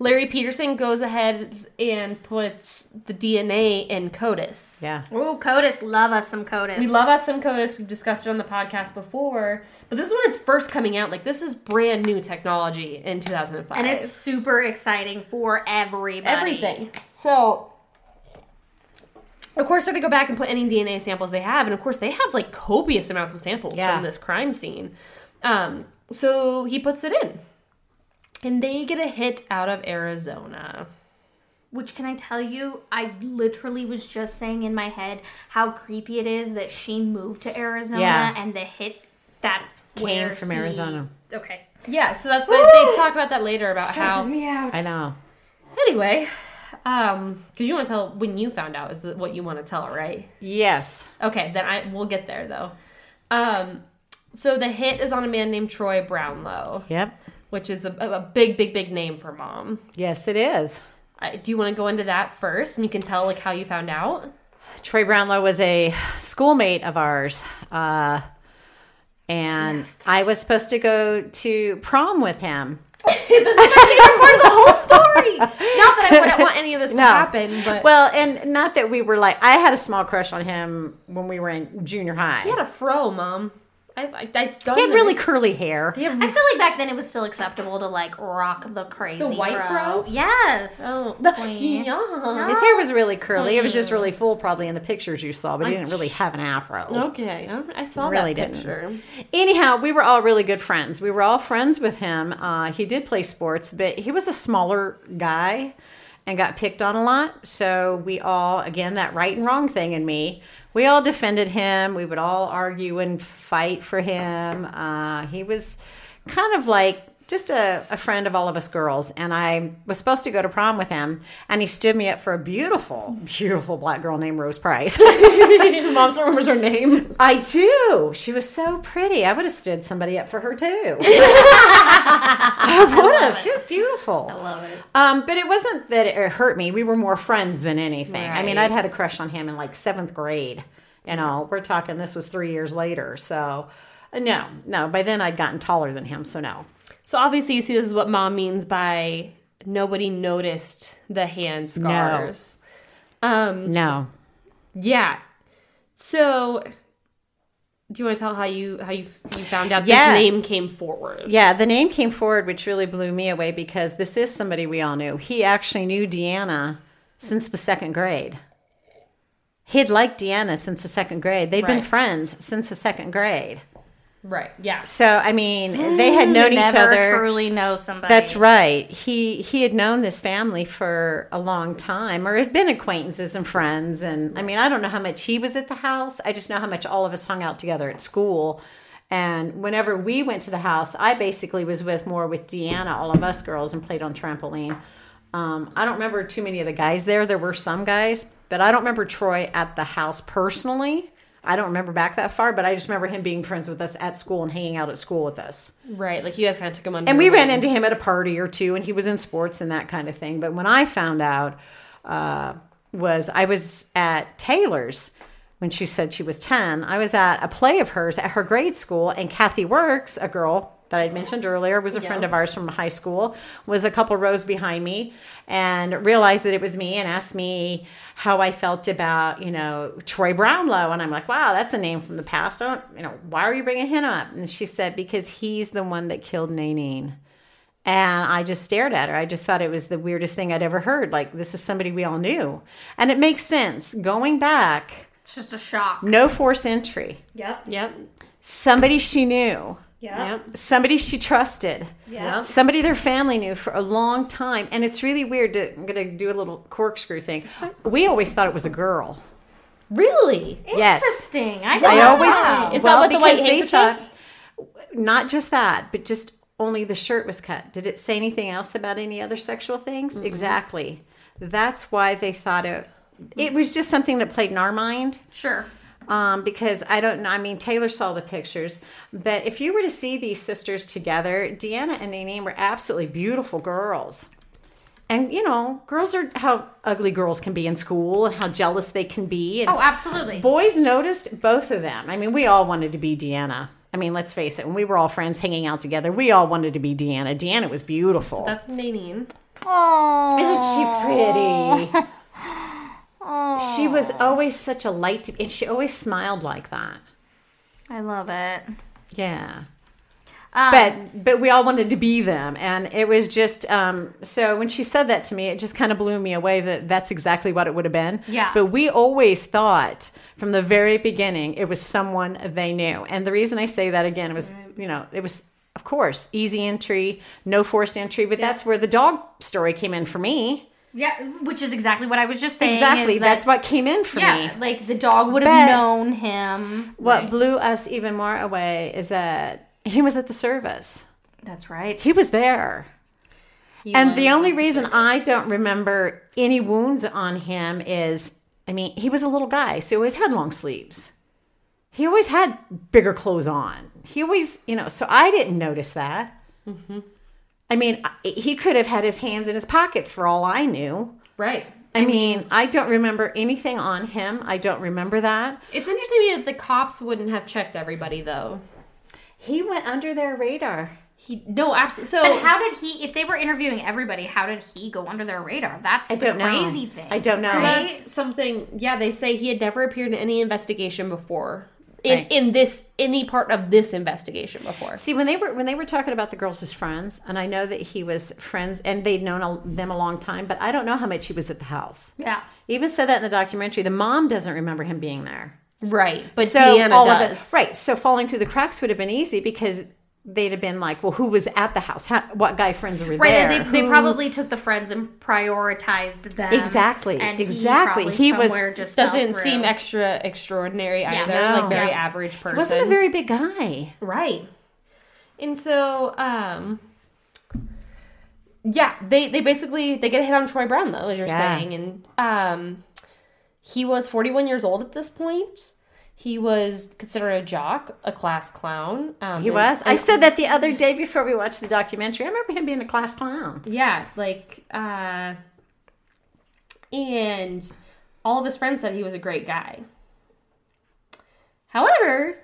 C: Larry Peterson goes ahead and puts the DNA in CODIS.
D: Yeah.
B: Ooh, CODIS, love us some CODIS.
C: We love us some CODIS. We've discussed it on the podcast before, but this is when it's first coming out. Like this is brand new technology in 2005.
B: and it's super exciting for everybody.
C: everything. So, of course, they're going to go back and put any DNA samples they have, and of course, they have like copious amounts of samples
D: Yeah.
C: from this crime scene. Um, so he puts it in, and they get a hit out of Arizona.
B: Which can I tell you? I literally was just saying in my head how creepy it is that she moved to Arizona
D: Yeah.
B: and the hit that's
D: Came
B: where
D: from
B: he-
D: Arizona.
B: Okay.
C: Yeah, so that they, they talk about that later about how.
B: me out.
D: I know.
C: Anyway, um, because you want to tell when you found out is the, what you want to tell, right?
D: Yes.
C: Okay, then I we'll get there though. Um, so the hit is on a man named Troy Brownlow,
D: Yep.
C: which is a, a big, big, big name for mom.
D: Yes, it is.
C: I, do you want to go into that first, and you can tell like how you found out?
D: Troy Brownlow was a schoolmate of ours. Uh, and I was supposed to go to prom with him.
C: Not that I wouldn't want any of this to
D: No.
C: happen, but
D: Well, and not that we were like, I had a small crush on him when we were in junior high.
C: he had a fro, mom. I, I, I've done
D: He had
C: the
D: really
C: research.
D: curly hair.
B: I feel like back then it was still acceptable to like rock the crazy
C: The white fro?
B: Yes.
C: Oh, the- yeah.
D: His hair was really curly. It was just really full, probably in the pictures you saw, but he didn't really have an afro.
C: Okay, I- I saw
D: Really
C: that
D: didn't.
C: picture.
D: Anyhow, we were all really good friends. We were all friends with him. Uh, he did play sports, but he was a smaller guy and got picked on a lot. So we all, again, that right and wrong thing in me, we all defended him. We would all argue and fight for him. Uh, he was kind of like just a, a friend of all of us girls. And I was supposed to go to prom with him, and he stood me up for a beautiful, beautiful black girl named Rose Price.
C: Mom still remembers her name.
D: I do. She was so pretty. I would have stood somebody up for her too. I would have. She was beautiful. I love it. Um, but it wasn't that it hurt me. We were more friends than anything. I mean, I'd had a crush on him in like seventh grade. You know, we're talking this was three years later. So, uh, no, no. By then I'd gotten taller than him. So, no.
C: So obviously, you see this is what mom means by nobody noticed the hand scars. Um,
D: No.
C: Yeah. So, do you want to tell how you how you, you found out
D: Yeah.
C: this name came forward?
D: Yeah, the name came forward, which really blew me away because this is somebody we all knew. He actually knew Deanna since the second grade. He'd liked Deanna since the second grade. they had been
C: Right.
D: friends since the second grade.
C: Right. Yeah.
D: So, I mean, they
B: Hmm,
D: had known each
F: Never
D: other.
F: truly know somebody.
D: That's right. He he had known this family for a long time, or had been acquaintances and friends. And I mean, I don't know how much he was at the house. I just know how much all of us hung out together at school. And whenever we went to the house, I basically was with more with Deanna, all of us girls, and played on trampoline. Um, I don't remember too many of the guys there. There were some guys, but I don't remember Troy at the house personally. I don't remember back that far, but I just remember him being friends with us at school and hanging out at school with us.
C: Right. Like you guys kind of took him under.
D: And we
C: your
D: ran
C: wing.
D: into him at a party or two, and he was in sports and that kind of thing. But when I found out, uh, was I was at Taylor's when she said she was 10. I was at a play of hers at her grade school, and Kathy Works, a girl that I'd mentioned earlier, was a friend of ours from high school, was a couple rows behind me and realized that it was me and asked me how I felt about, you know, Troy Brownlow. And I'm like, wow, that's a name from the past. I don't, you know, why are you bringing him up? And she said, because he's the one that killed Nanine. And I just stared at her. I just thought it was the weirdest thing I'd ever heard. Like, this is somebody we all knew. And it makes sense. Going back,
B: It's just a shock.
D: no force entry.
B: Yep.
C: Yep.
D: Somebody she knew,
B: Yep.
D: somebody she trusted,
B: Yep.
D: somebody their family knew for a long time. And it's really weird. To, I'm going to do a little corkscrew thing. We always thought it was a girl.
C: Really?
D: Yes.
B: Interesting. I,
D: I always
B: wow.
C: Is that
D: well,
C: what the white
D: because they
C: handkerchief?
D: thought- Not just that, but just only the shirt was cut. Did it say anything else about any other sexual things? Exactly. That's why they thought it. It was just something that played in our mind
B: sure.
D: um, because I don't know. I mean, Taylor saw the pictures, but if you were to see these sisters together, Deanna and Nanine were absolutely beautiful girls. And you know, girls are how ugly girls can be in school and how jealous they can be. And
B: Oh, absolutely.
D: boys noticed both of them. I mean, we all wanted to be Deanna. I mean, let's face it, when we were all friends hanging out together, we all wanted to be Deanna. Deanna was beautiful.
C: That's Nanine.
D: Isn't she pretty? She was always such a light to and she always smiled like that.
F: I love it.
D: Yeah.
F: Um,
D: but but we all wanted to be them, and it was just um, so when she said that to me, it just kind of blew me away that that's exactly what it would have been.
F: Yeah.
D: But we always thought from the very beginning it was someone they knew, and the reason I say that again was you know it was of course easy entry, no forced entry, but that's where the dog story came in for me.
F: Yeah, which is exactly what I was just saying. is
D: Exactly,
F: that-
D: that's what came in for me.
F: yeah, like the dog would
D: But-
F: have known him.
D: What blew us even more away is that he was at the service.
F: That's right.
D: He was there. and the only reason I don't remember any wounds on him is I mean, he was a little guy, so he always had long sleeves. He always had bigger clothes on. He always, you know, so I didn't notice that.
F: Mm-hmm.
D: I mean, I- he could have had his hands in his pockets for all I knew.
C: Right.
D: I, mean, I don't remember anything on him. I don't remember that.
C: It's interesting to me that the cops wouldn't have checked everybody though.
D: He went under their radar.
C: He no, absolutely. So
F: But how did he? If they were interviewing everybody, how did he go under their radar? That's
D: I don't
F: the
D: know.
F: crazy thing.
D: I don't know.
C: So that's something. Yeah, they say he had never appeared in any investigation before. In,
D: Right.
C: in this any part of this investigation before.
D: See, when they were when they were talking about the girls as friends, and I know that he was friends, and they'd known a, them a long time, but I don't know how much he was at the house.
F: Yeah.
D: Even said that in the documentary, the mom doesn't remember him being there.
C: Right, but
D: So
C: Deanna
D: all of it-
C: does.
D: right. So falling through the cracks would have been easy because they'd have been like, "Well, who was at the house? How, what guy friends were
F: Right,
D: there?"
F: and they, they probably took the friends and prioritized them.
D: Exactly,
F: and
D: exactly.
F: He,
D: He
F: probably
D: was-
F: somewhere just fell
C: Doesn't
F: through.
C: seem extra extraordinary either.
D: No.
C: Like very
D: Yeah.
C: average person.
D: wasn't a very big guy.
F: right.
C: And so, um, yeah, they they basically they get a hit on Troy Brown though, as you're
D: Yeah.
C: saying, and um, he was 41 years old at this point. He was considered a jock, a class clown. Um,
D: He
C: and-
D: was. I
C: and-
D: said that the other day before we watched the documentary. I remember him being a class clown.
C: yeah, like, uh, and all of his friends said he was a great guy. However,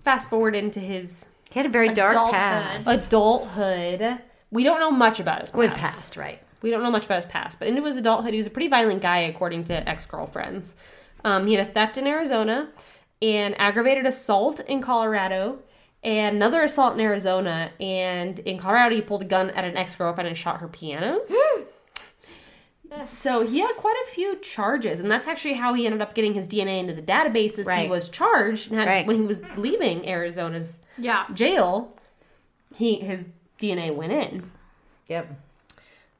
C: fast forward into his
D: He had a very dark
F: Adulthood.
D: past.
C: adulthood. We don't know much about his past.
D: Was past right.
C: We don't know much about his past, but into his adulthood, he was a pretty violent guy, according to ex girlfriends. Um, he had a theft in Arizona, an aggravated assault in Colorado, and another assault in Arizona. And in Colorado, he pulled a gun at an ex girlfriend and shot her piano. so he had quite a few charges, and that's actually how he ended up getting his DNA into the database. Is He
D: Right.
C: was charged and had,
D: Right.
C: when he was leaving Arizona's
F: Yeah.
C: jail. He his DNA went in.
D: Yep.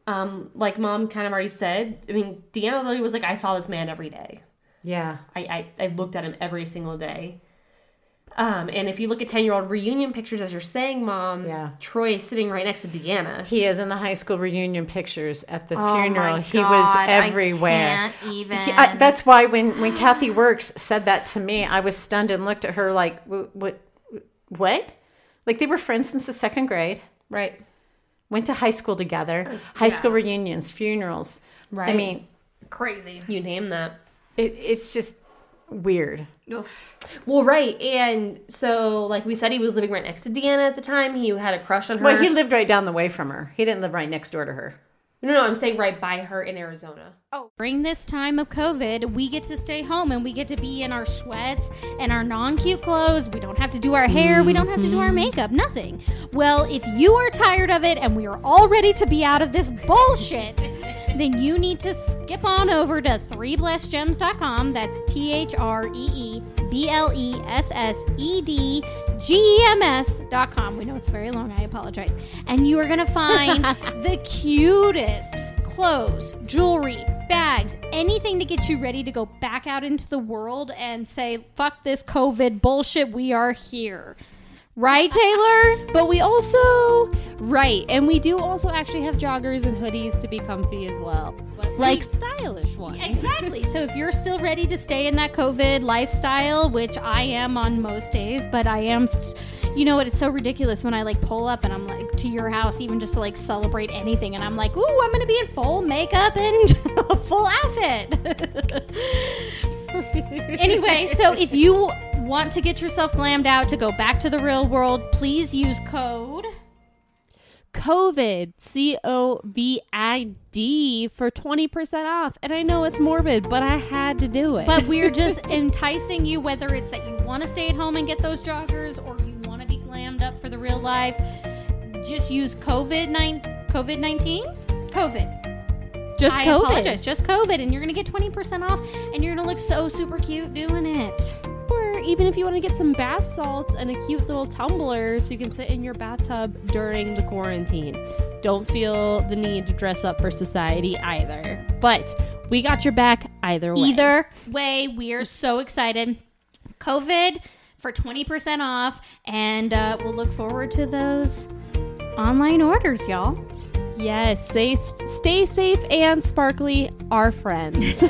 C: Um, like mom kind of already said, I mean, Deanna Lilly was like, I saw this man every day.
D: Yeah.
C: I, I, I looked at him every single day. Um, and if you look at 10 year old reunion pictures, as you're saying, mom,
D: Yeah.
C: Troy is sitting right next to Deanna.
D: He is in the high school reunion pictures at the
F: Oh my
D: funeral. He was
F: God,
D: everywhere.
F: I can't even.
D: He- I- that's why when, when Kathy Works said that to me, I was stunned and looked at her like, "Wh- what? What? Like they were friends since the second grade,
C: Right.
D: went to high school together, high school reunions, funerals. I
C: Right.
D: mean,
F: crazy.
C: You name that.
D: it, it's just weird.
C: Well, right. And so, like we said, he was living right next to Deanna at the time. He had a crush on her.
D: Well, he lived right down the way from her. He didn't live right next door to her.
C: no, no, I'm saying right by her in Arizona.
A: During this time of COVID, we get to stay home and we get to be in our sweats and our non cute clothes. We don't have to do our hair, we don't have to do our makeup, nothing. Well, if you are tired of it and we are all ready to be out of this bullshit, then you need to skip on over to 3blessedgems.com. That's T H R E E B L E S S E D E gems.com. We know it's very long, I apologize. And you are going to find the cutest clothes, jewelry, bags, anything to get you ready to go back out into the world and say, fuck this COVID bullshit, we are here. Right, Taylor?
H: But we also, right, and we do also actually have joggers and hoodies to be comfy as well. Like stylish ones.
A: Exactly. So if you're still ready to stay in that COVID lifestyle, which I am on most days, but I am, st- you know what? It's so ridiculous when I like pull up and I'm like to your house, even just to like celebrate anything, and I'm like, ooh, I'm gonna be in full makeup and a full outfit. anyway, so if you want to get yourself glammed out to go back to the real world, please use code.
H: COVID, C O V I D, for 20% off. And I know it's morbid, but I had to do it.
A: But we're just enticing you, whether it's that you want to stay at home and get those joggers or you want to be glammed up for the real life. Just use COVID nine COVID nineteen COVID.
H: just
A: I
H: COVID.
A: apologize, just COVID, and you're gonna get twenty percent off, and you're gonna look so super cute doing it.
H: Or even if you want to get some bath salts and a cute little tumbler so you can sit in your bathtub during the quarantine. Don't feel the need to dress up for society either. But we got your back either way.
A: Either way, we are so excited. COVID for 20% off, and uh, we'll look forward to those online orders, y'all.
H: Yes, stay, stay safe and sparkly, our friends.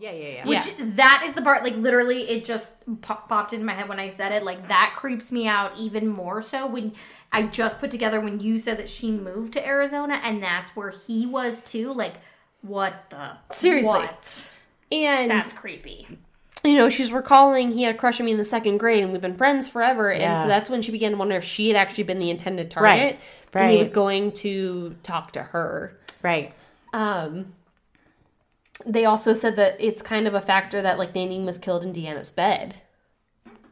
D: Yeah, yeah, yeah.
B: Which that is the part, like literally, it just pop- popped into my head when I said it. Like that creeps me out even more so when I just put together when you said that she moved to Arizona and that's where he was too. Like, what the
C: Seriously.
B: What?
C: And
B: That's creepy.
C: you know, she's recalling he had a crush on me in the second grade and we've been friends forever. And
D: Yeah.
C: so that's when she began to wonder if she had actually been the intended target. And he
D: Right.
C: was going to talk to her.
D: Right.
C: Um, they also said that it's kind of a factor that like Nadine was killed in Deanna's bed.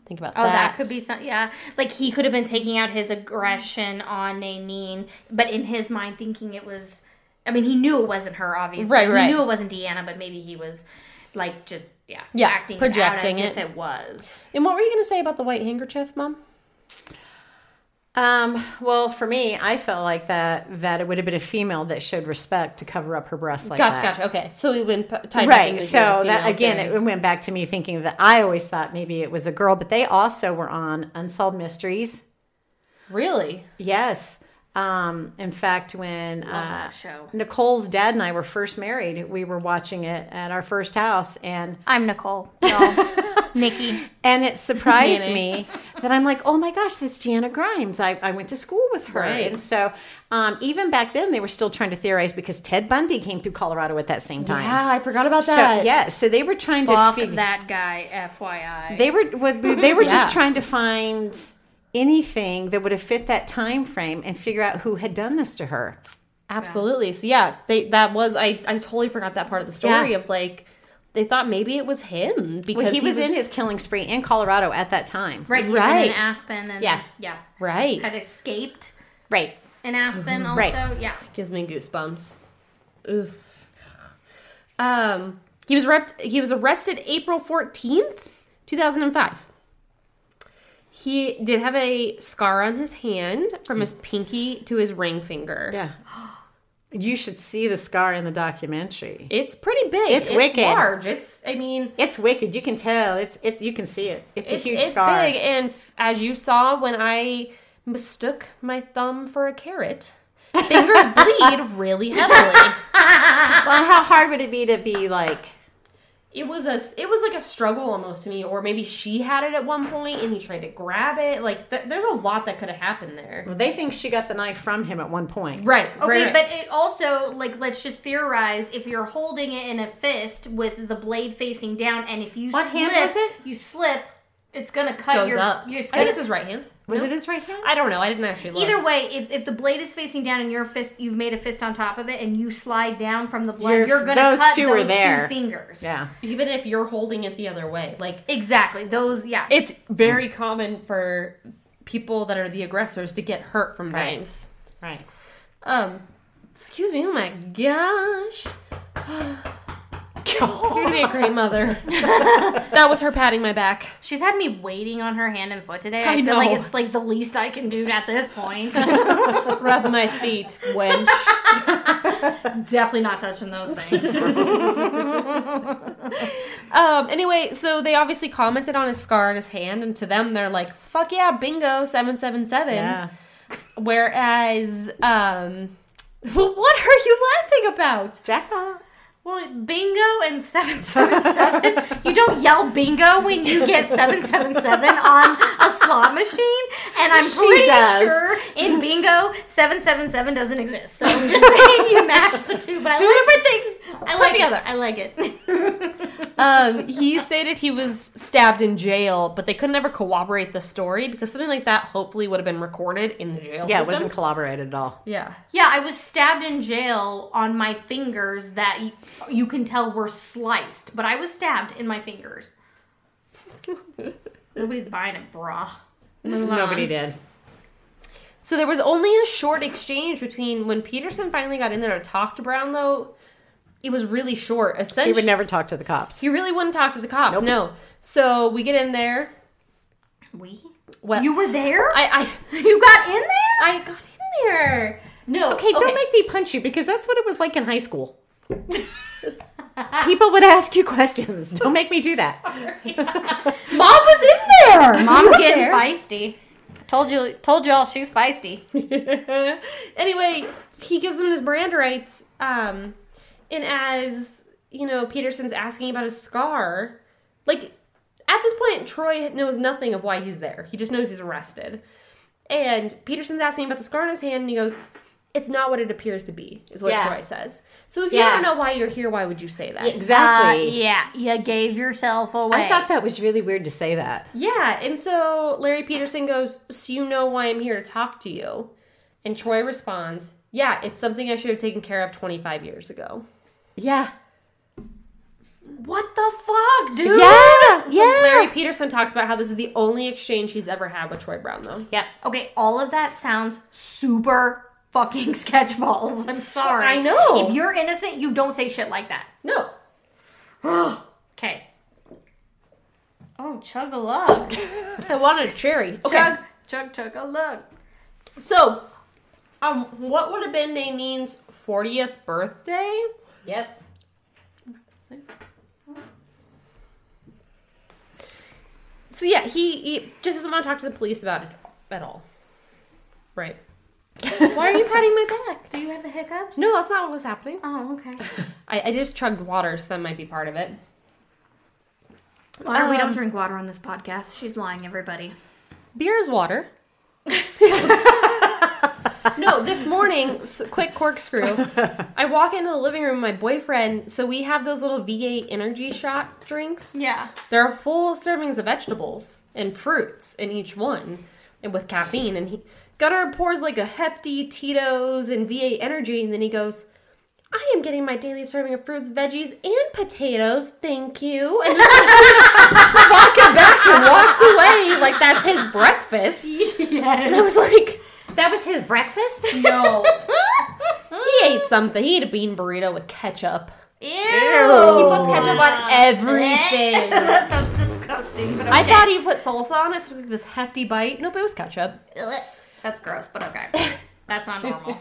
C: Think about
B: Oh,
C: that.
B: that. could be some. Yeah, like he could have been taking out his aggression on Nanine, but in his mind, thinking it was. I mean, he knew it wasn't her, obviously.
C: Right, right.
B: He knew it wasn't Deanna, but maybe he was, like, just yeah,
C: Yeah,
B: acting it
C: projecting
B: out as
C: it.
B: if it was.
C: And what were you going to say about the white handkerchief, Mom?
D: Um, well, for me, I felt like that that it would have been a female that showed respect to cover up her breasts like
C: Gotcha,
D: that.
C: gotcha. Okay, so we've been p- tied back
D: Right.
C: into the
D: So that
C: female
D: again,
C: theory.
D: it went back to me thinking that I always thought maybe it was a girl, but they also were on Unsolved Mysteries.
C: really
D: Yes. Um, in fact, when uh,
B: that show.
D: Nicole's dad and I were first married, we were watching it at our first house, and
A: I'm Nicole. Y'all. Nikki.
D: and it surprised me that I'm like, oh my gosh, this Jana Grimes. I, I went to school with her.
C: Right.
D: And so um, even back then, they were still trying to theorize because Ted Bundy came through Colorado at that same time.
C: Ah, I forgot about
D: So,
C: that.
D: yeah, so they were trying
B: Fuck
D: to figure
B: that guy, FYI.
D: They were would be- they were just
C: Yeah.
D: trying to find anything that would have fit that time frame and figure out who had done this to her.
C: Absolutely. So yeah, they that was I I totally forgot that part of the story
D: Yeah.
C: of like they thought maybe it was him because
D: Well, he, was, in his killing spree in Colorado at that time.
B: right, he
C: Right.
B: was in Aspen, and
D: Yeah.
B: yeah,
C: right.
B: had escaped
D: Right.
B: in Aspen. Also,
D: Right.
B: yeah,
C: Gives me goosebumps. Oof. Um, he was repped, he was arrested April 14th, 2005. He did have a scar on his hand from his pinky to his ring finger.
D: Yeah. You should see the scar in the documentary.
C: It's pretty big.
D: It's wicked.
C: large. It's I mean,
D: It's wicked. You can tell. It's it. You can see it. It's, a
C: it's,
D: huge
C: it's
D: scar.
C: big and f- as you saw when I mistook my thumb for a carrot, fingers bleed really heavily.
D: Well, how hard would it be to be like?
C: it was a it was like a struggle almost to me or maybe she had it at one point and he tried to grab it like th- there's a lot that could have happened there
D: Well, they think she got the knife from him at one point.
C: right
B: Okay,
C: right,
B: but it also like let's just theorize if you're holding it in a fist with the blade facing down, and if you
D: What
B: slip,
D: hand was it?
B: you slip, it's gonna cut
C: goes
B: your.
C: up
B: your- It's
C: i think
B: gonna,
C: uh, it's his right hand
D: Was it his right hand?
C: i don't know i didn't actually look
B: either way, if, if the blade is facing down and your fist, you've made a fist on top of it, and you slide down from the blood,
D: Your-
B: you're, gonna
D: those
B: cut
D: two
B: those
D: are there.
B: two fingers.
D: Yeah.
C: even if you're holding it the other way like Mm.
B: exactly. Those, yeah.
C: it's very common for people that are the aggressors to get hurt from
D: Right.
C: knives
D: Right.
C: um excuse me oh my gosh you're gonna be a great mother that was her patting my back
B: She's had me waiting on her hand and foot today.
C: I
B: I, feel like
C: know.
B: it's like the least I can do at this point.
C: rub my feet wench
B: Definitely not touching those things.
C: Um, anyway, so they obviously commented on his scar on his hand, and to them, they're like, fuck yeah, bingo, 777.
D: Yeah.
C: Whereas, um, what are you laughing about?
D: Jackpot.
B: Well, bingo and 777. you don't yell bingo when you get 777 on a slot machine. And I'm
D: She
B: pretty
D: does.
B: sure in bingo, 777 doesn't exist. So I'm just saying you mash the two, but I like
F: different things.
B: I like together. I like it.
C: Um, he stated he was stabbed in jail, but they couldn't ever corroborate the story because something like that hopefully would have been recorded in the jail
D: Yeah, it
C: system.
D: wasn't collaborated at all.
C: yeah.
B: yeah, I was stabbed in jail on my fingers that you, you can tell were sliced, but I was stabbed in my fingers. Nobody's buying a bra.
D: Nobody did.
C: So there was only a short exchange between when Peterson finally got in there to talk to Brownlow. It was really short. Essentially,
D: He would never talk to the cops.
C: He really wouldn't talk to the cops. No. So we get in there.
B: We?
C: Well,
B: You were there?
C: I,
B: you got in there?
C: I, I got in there. No.
D: Okay, don't make me punch you because that's what it was like in high school. People would ask you questions. Don't make me do that.
C: Mom was in there.
F: Mom's getting feisty. Told you, told y'all she's feisty.
C: anyway, he gives him his brand rights. Um, and as you know, Peterson's asking about his scar. Like at this point, Troy knows nothing of why he's there. He just knows he's arrested. And Peterson's asking about the scar on his hand, and he goes, "It's not what it appears to be," is what
D: Yeah.
C: Troy says. So if
D: Yeah.
C: you don't know why you're here, why would you say that?
D: Exactly.
F: yeah, you gave yourself away.
D: I thought that was really weird to say that.
C: Yeah, and so Larry Peterson goes, So you know why I'm here to talk to you? And Troy responds, Yeah, it's something I should have taken care of 25 years ago.
D: Yeah.
B: What the fuck, dude?
D: Yeah.
C: So Larry
D: Yeah.
C: Peterson talks about how this is the only exchange he's ever had with Troy Brown, though.
D: Yeah.
B: Okay, all of that sounds super fucking sketchballs. I'm sorry.
C: I know.
B: If you're innocent, you don't say shit like that.
C: No.
B: Okay.
F: Oh, chug a lug.
C: I wanted a cherry. Okay.
B: Chug, chug, chug a look.
C: So, um, what would have been Nanine's 40th birthday?
D: Yep.
C: So, yeah, he, he just doesn't want to talk to the police about it at all. Right.
F: Why are you patting my back? Do you have the hiccups?
C: No, that's not what was happening.
F: Oh, okay.
C: I, I just chugged water, so that might be part of it.
B: Water, we don't drink water on this podcast. She's lying, everybody.
C: Beer is water. no, this morning, s- quick corkscrew. I walk into the living room, with my boyfriend. So we have those little V8 energy shot drinks.
F: Yeah.
C: There are full servings of vegetables and fruits in each one, and with caffeine. And he Gunnar pours like a hefty Tito's and V8 energy, and then he goes, "I am getting my daily serving of fruits, veggies, and potatoes. Thank you." And he just vodka back and walks away like that's his breakfast. And I was like,
D: That was his breakfast?
C: "No." he ate something. He ate a bean burrito with ketchup. He
D: Ew.
C: puts ketchup on everything.
B: That sounds disgusting, but
C: I thought he put salsa on it, so like this hefty bite. Nope, it was ketchup.
B: that's gross, but okay. That's not normal.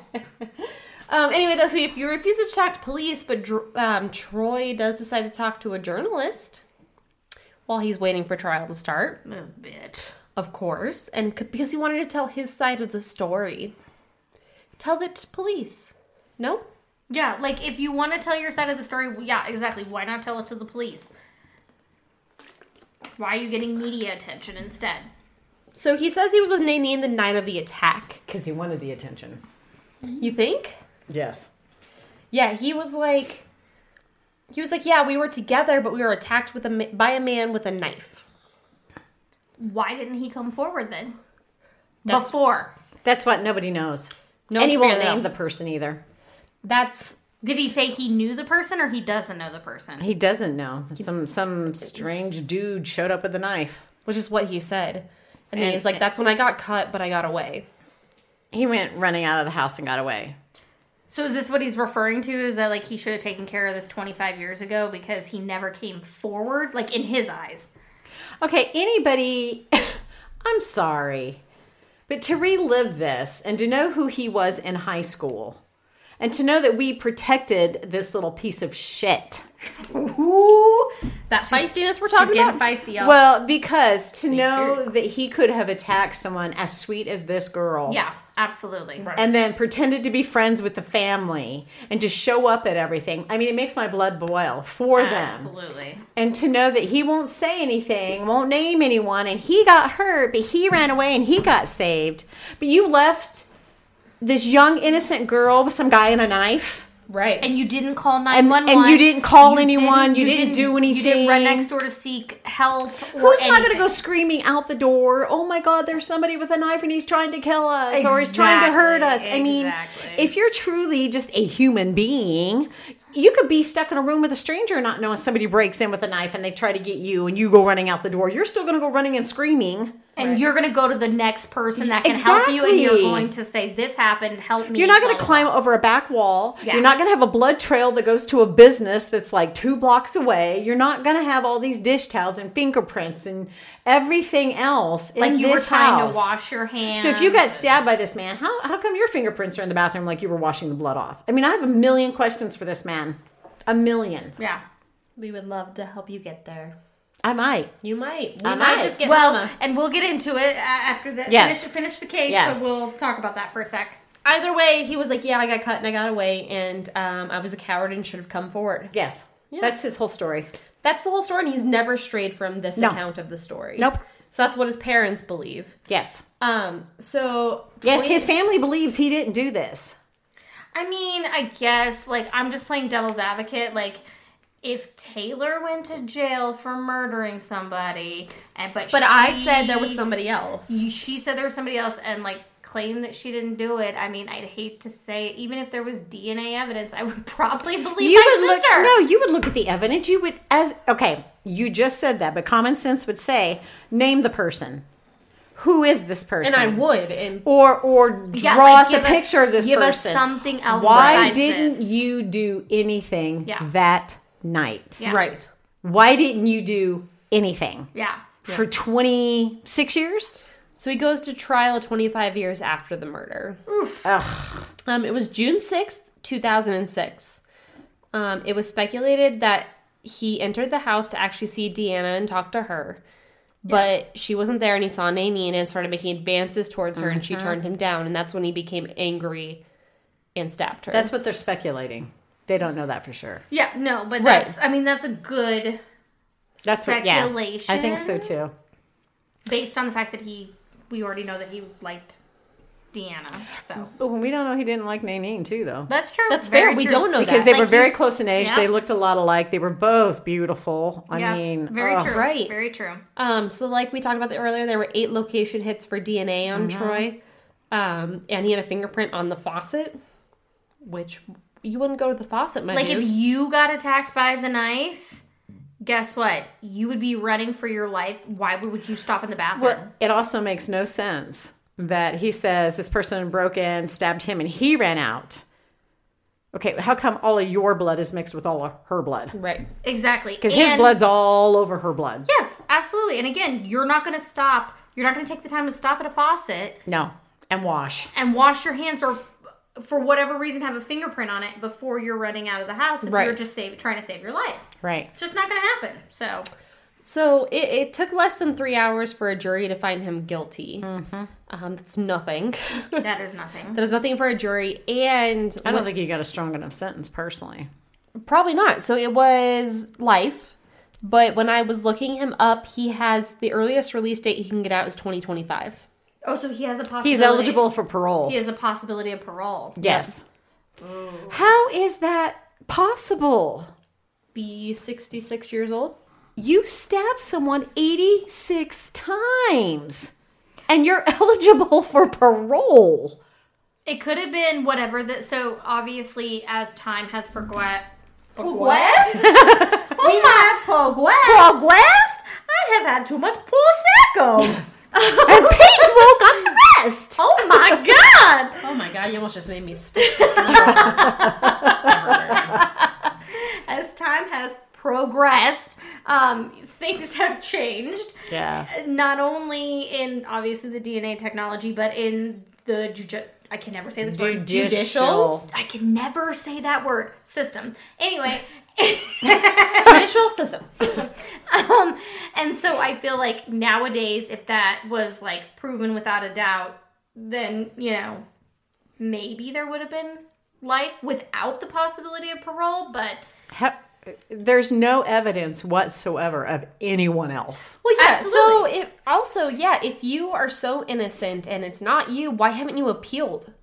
C: Um, anyway, though, so if you refuse to talk to police, but Dr- um, Troy does decide to talk to a journalist while he's waiting for trial to start,
B: this bitch.
C: of course, and c- because he wanted to tell his side of the story, tell it to police. No,
B: Yeah, like if you want to tell your side of the story, yeah, exactly. Why not tell it to the police? Why are you getting media attention instead?
C: so he says he was with Nanine the night of the attack.
D: Because he wanted the attention.
C: You think?
D: Yes.
C: Yeah, he was like, he was like, yeah, we were together, but we were attacked with a ma- by a man with a knife.
B: Why didn't he come forward then?
C: That's-
B: Before.
D: That's what nobody knows.
C: No,
D: and he
C: one can
D: won't
C: figure it
D: name
C: out.
D: the person either.
C: That's
B: Did he say he knew the person or he doesn't know the person?
D: He doesn't know. Some some strange dude showed up with a knife.
C: which is what he said. And, then
D: And-
C: he's like, that's when I got cut, but I got away.
D: He went running out of the house and got away.
B: So is this what he's referring to? Is that like he should have taken care of this 25 years ago because he never came forward? Like in his eyes.
D: Okay, anybody, I'm sorry, but to relive this and to know who he was in high school and to know that we protected this little piece of shit.
B: Ooh, that
C: Feistiness we're
B: She's
C: talking
B: getting
C: about.
B: feisty, y'all.
D: Well, because to know that he could have attacked someone as sweet as this girl
B: Yeah.
A: Absolutely. Right.
D: and then pretended to be friends with the family and just show up at everything. I mean, it makes my blood boil for them.
A: Absolutely.
D: And to know that he won't say anything, won't name anyone, and he got hurt, but he ran away and he got saved. But you left this young, innocent girl with some guy and a knife.
C: Right.
B: and you didn't call
D: And,
B: 911
D: and you didn't call anyone. you, didn't, do anything.
B: You didn't run next door to seek help. Or
D: Who's not going to
B: anything.
D: go screaming out the door? Oh my God, there's somebody with a knife and he's trying to kill us or he's trying to hurt us. I mean,
A: Exactly.
D: if you're truly just a human being, you could be stuck in a room with a stranger and not knowing somebody breaks in with a knife and they try to get you and you go running out the door. You're still going to go running and screaming.
B: And you're going to go to the next person that can help you, and you're
D: Exactly.
B: going to say, "This happened. Help me."
D: You're not going
B: blah,
D: to
B: blah,
D: climb over a back wall. You're not going to have a blood trail that goes to a business that's like two blocks away. You're not going to have all these dish towels and fingerprints and everything else.
B: blah.
D: in
B: Like you were
D: this
B: trying
D: house.
B: to wash your hands.
D: So if you got stabbed by this man, how, how come your fingerprints are in the bathroom like you were washing the blood off? I mean, I have a million questions for this man. A million.
B: yeah.
C: we would love to help you get there.
D: I might.
C: You might. We
D: I
C: might
D: might.
C: just get
A: Well,
C: Mama.
A: and we'll get into it uh, after the
D: Yes.
A: finish, finish the case,
D: Yeah.
A: but we'll talk about that for a sec.
C: Either way, he was like, "Yeah, I got cut and I got away, and um, I was a coward and should have come forward."
D: Yes. That's his whole story.
C: That's the whole story, and he's never strayed from this
D: No.
C: account of the story.
D: Nope.
C: So that's what his parents believe.
D: Yes.
B: Uh,
C: Um. So
D: Yes, his family believes he didn't do this.
B: I mean, I guess like I'm just playing devil's advocate. Like if Taylor went to jail for murdering somebody, and but
C: but I said there
B: she-
C: was somebody else.
B: you- she said there was somebody else and like claimed that she didn't do it. I mean, I'd hate to say even if there was DNA evidence, I would probably believe
D: you
B: my
D: would look
B: sister.
D: no you would look at the evidence you would as okay you just said that but common sense would say name the person who is this person
C: and I would. And
D: or or draw
B: Yeah, like,
D: us a
B: give us-
D: picture of this
B: give us
D: person
B: something else
D: why
B: besides
D: didn't
B: this.
D: you do anything
B: Yeah.
D: that night
B: Yeah.
C: right.
D: why didn't you do anything
B: Yeah.
D: for 26 years
C: So he goes to trial 25 years after the murder. Um, it was June 6th, 2006. Um, it was speculated that he entered the house to actually see Deanna and talk to her, but she wasn't there and he saw Nanine and started making advances towards her and she turned him down. And that's when he became angry and stabbed her.
D: that's what they're speculating they don't know that for sure
B: Yeah, no, but
C: Right.
B: that's I mean that's a good
D: that's what yeah i think
B: Speculation?
D: so too
B: based on the fact that he we already know that he liked Deanna. So
D: but we don't know he didn't like nanine too though
B: that's true.
C: That's fair. We
B: true.
C: don't know
D: because
C: that.
D: they
B: Like
D: were very
B: he's-
D: close in age.
B: yeah.
D: They looked a lot alike. They were both beautiful. I
B: Yeah,
D: mean,
B: very
D: ugh.
B: true.
C: right.
B: Very true.
C: Um, so like we talked about the- earlier, there were eight location hits for DNA on
D: Uh-huh.
C: Troy, um, and he had a fingerprint on the faucet, which you wouldn't go to the faucet, my
B: Like
C: dude.
B: if you got attacked by the knife, guess what? You would be running for your life. Why would you stop in the bathroom?
D: Well, it also makes no sense that he says this person broke in, stabbed him, and he ran out. Okay, how come all of your blood is mixed with all of her blood?
C: right.
B: Exactly.
D: Because his
B: And-
D: blood's all over her blood.
B: Yes, absolutely. And again, you're not going to stop. You're not going to take the time to stop at a faucet
D: No, and wash.
B: and wash your hands or for whatever reason have a fingerprint on it before you're running out of the house if
C: Right.
B: you're just save, trying to save your life.
D: Right.
B: It's just not going to happen. So,
C: So it, it took less than three hours for a jury to find him guilty.
D: Mm-hmm.
C: Um, that's nothing. that
B: that is nothing.
C: is nothing for a jury, and
D: I don't think you got a strong enough sentence, personally.
C: Probably not. So it was life. But when I was looking him up, he has the earliest release date he can get out is 2025.
B: Oh, so he has a possibility.
D: He's eligible for parole.
B: He has a possibility of parole.
D: yes. How is that possible?
C: Be 66 years old.
D: you stab someone 86 times and you're eligible for parole.
B: It could have been whatever that. So obviously, as time has progressed,
A: Progressed?
C: Oh
A: we have progressed.
D: Progressed?
A: I have had too much prosecco.
D: And Paige will got the rest.
A: oh my god!
C: Oh my god, you almost just made me spit.
B: as time has progressed, um, things have changed.
D: Yeah.
B: Not only in obviously the DNA technology, but in the juju- I can never say this word.
D: Judicial.
B: I can never say that word. System. Anyway.
C: Judicial system.
B: Um, and so I feel like nowadays, if that was like proven without a doubt, then you know maybe there would have been life without the possibility of parole. But
D: Ha- there's no evidence whatsoever of anyone else.
C: Well, yeah.
B: Absolutely.
C: So if also, yeah, if you are so innocent and it's not you, why haven't you appealed?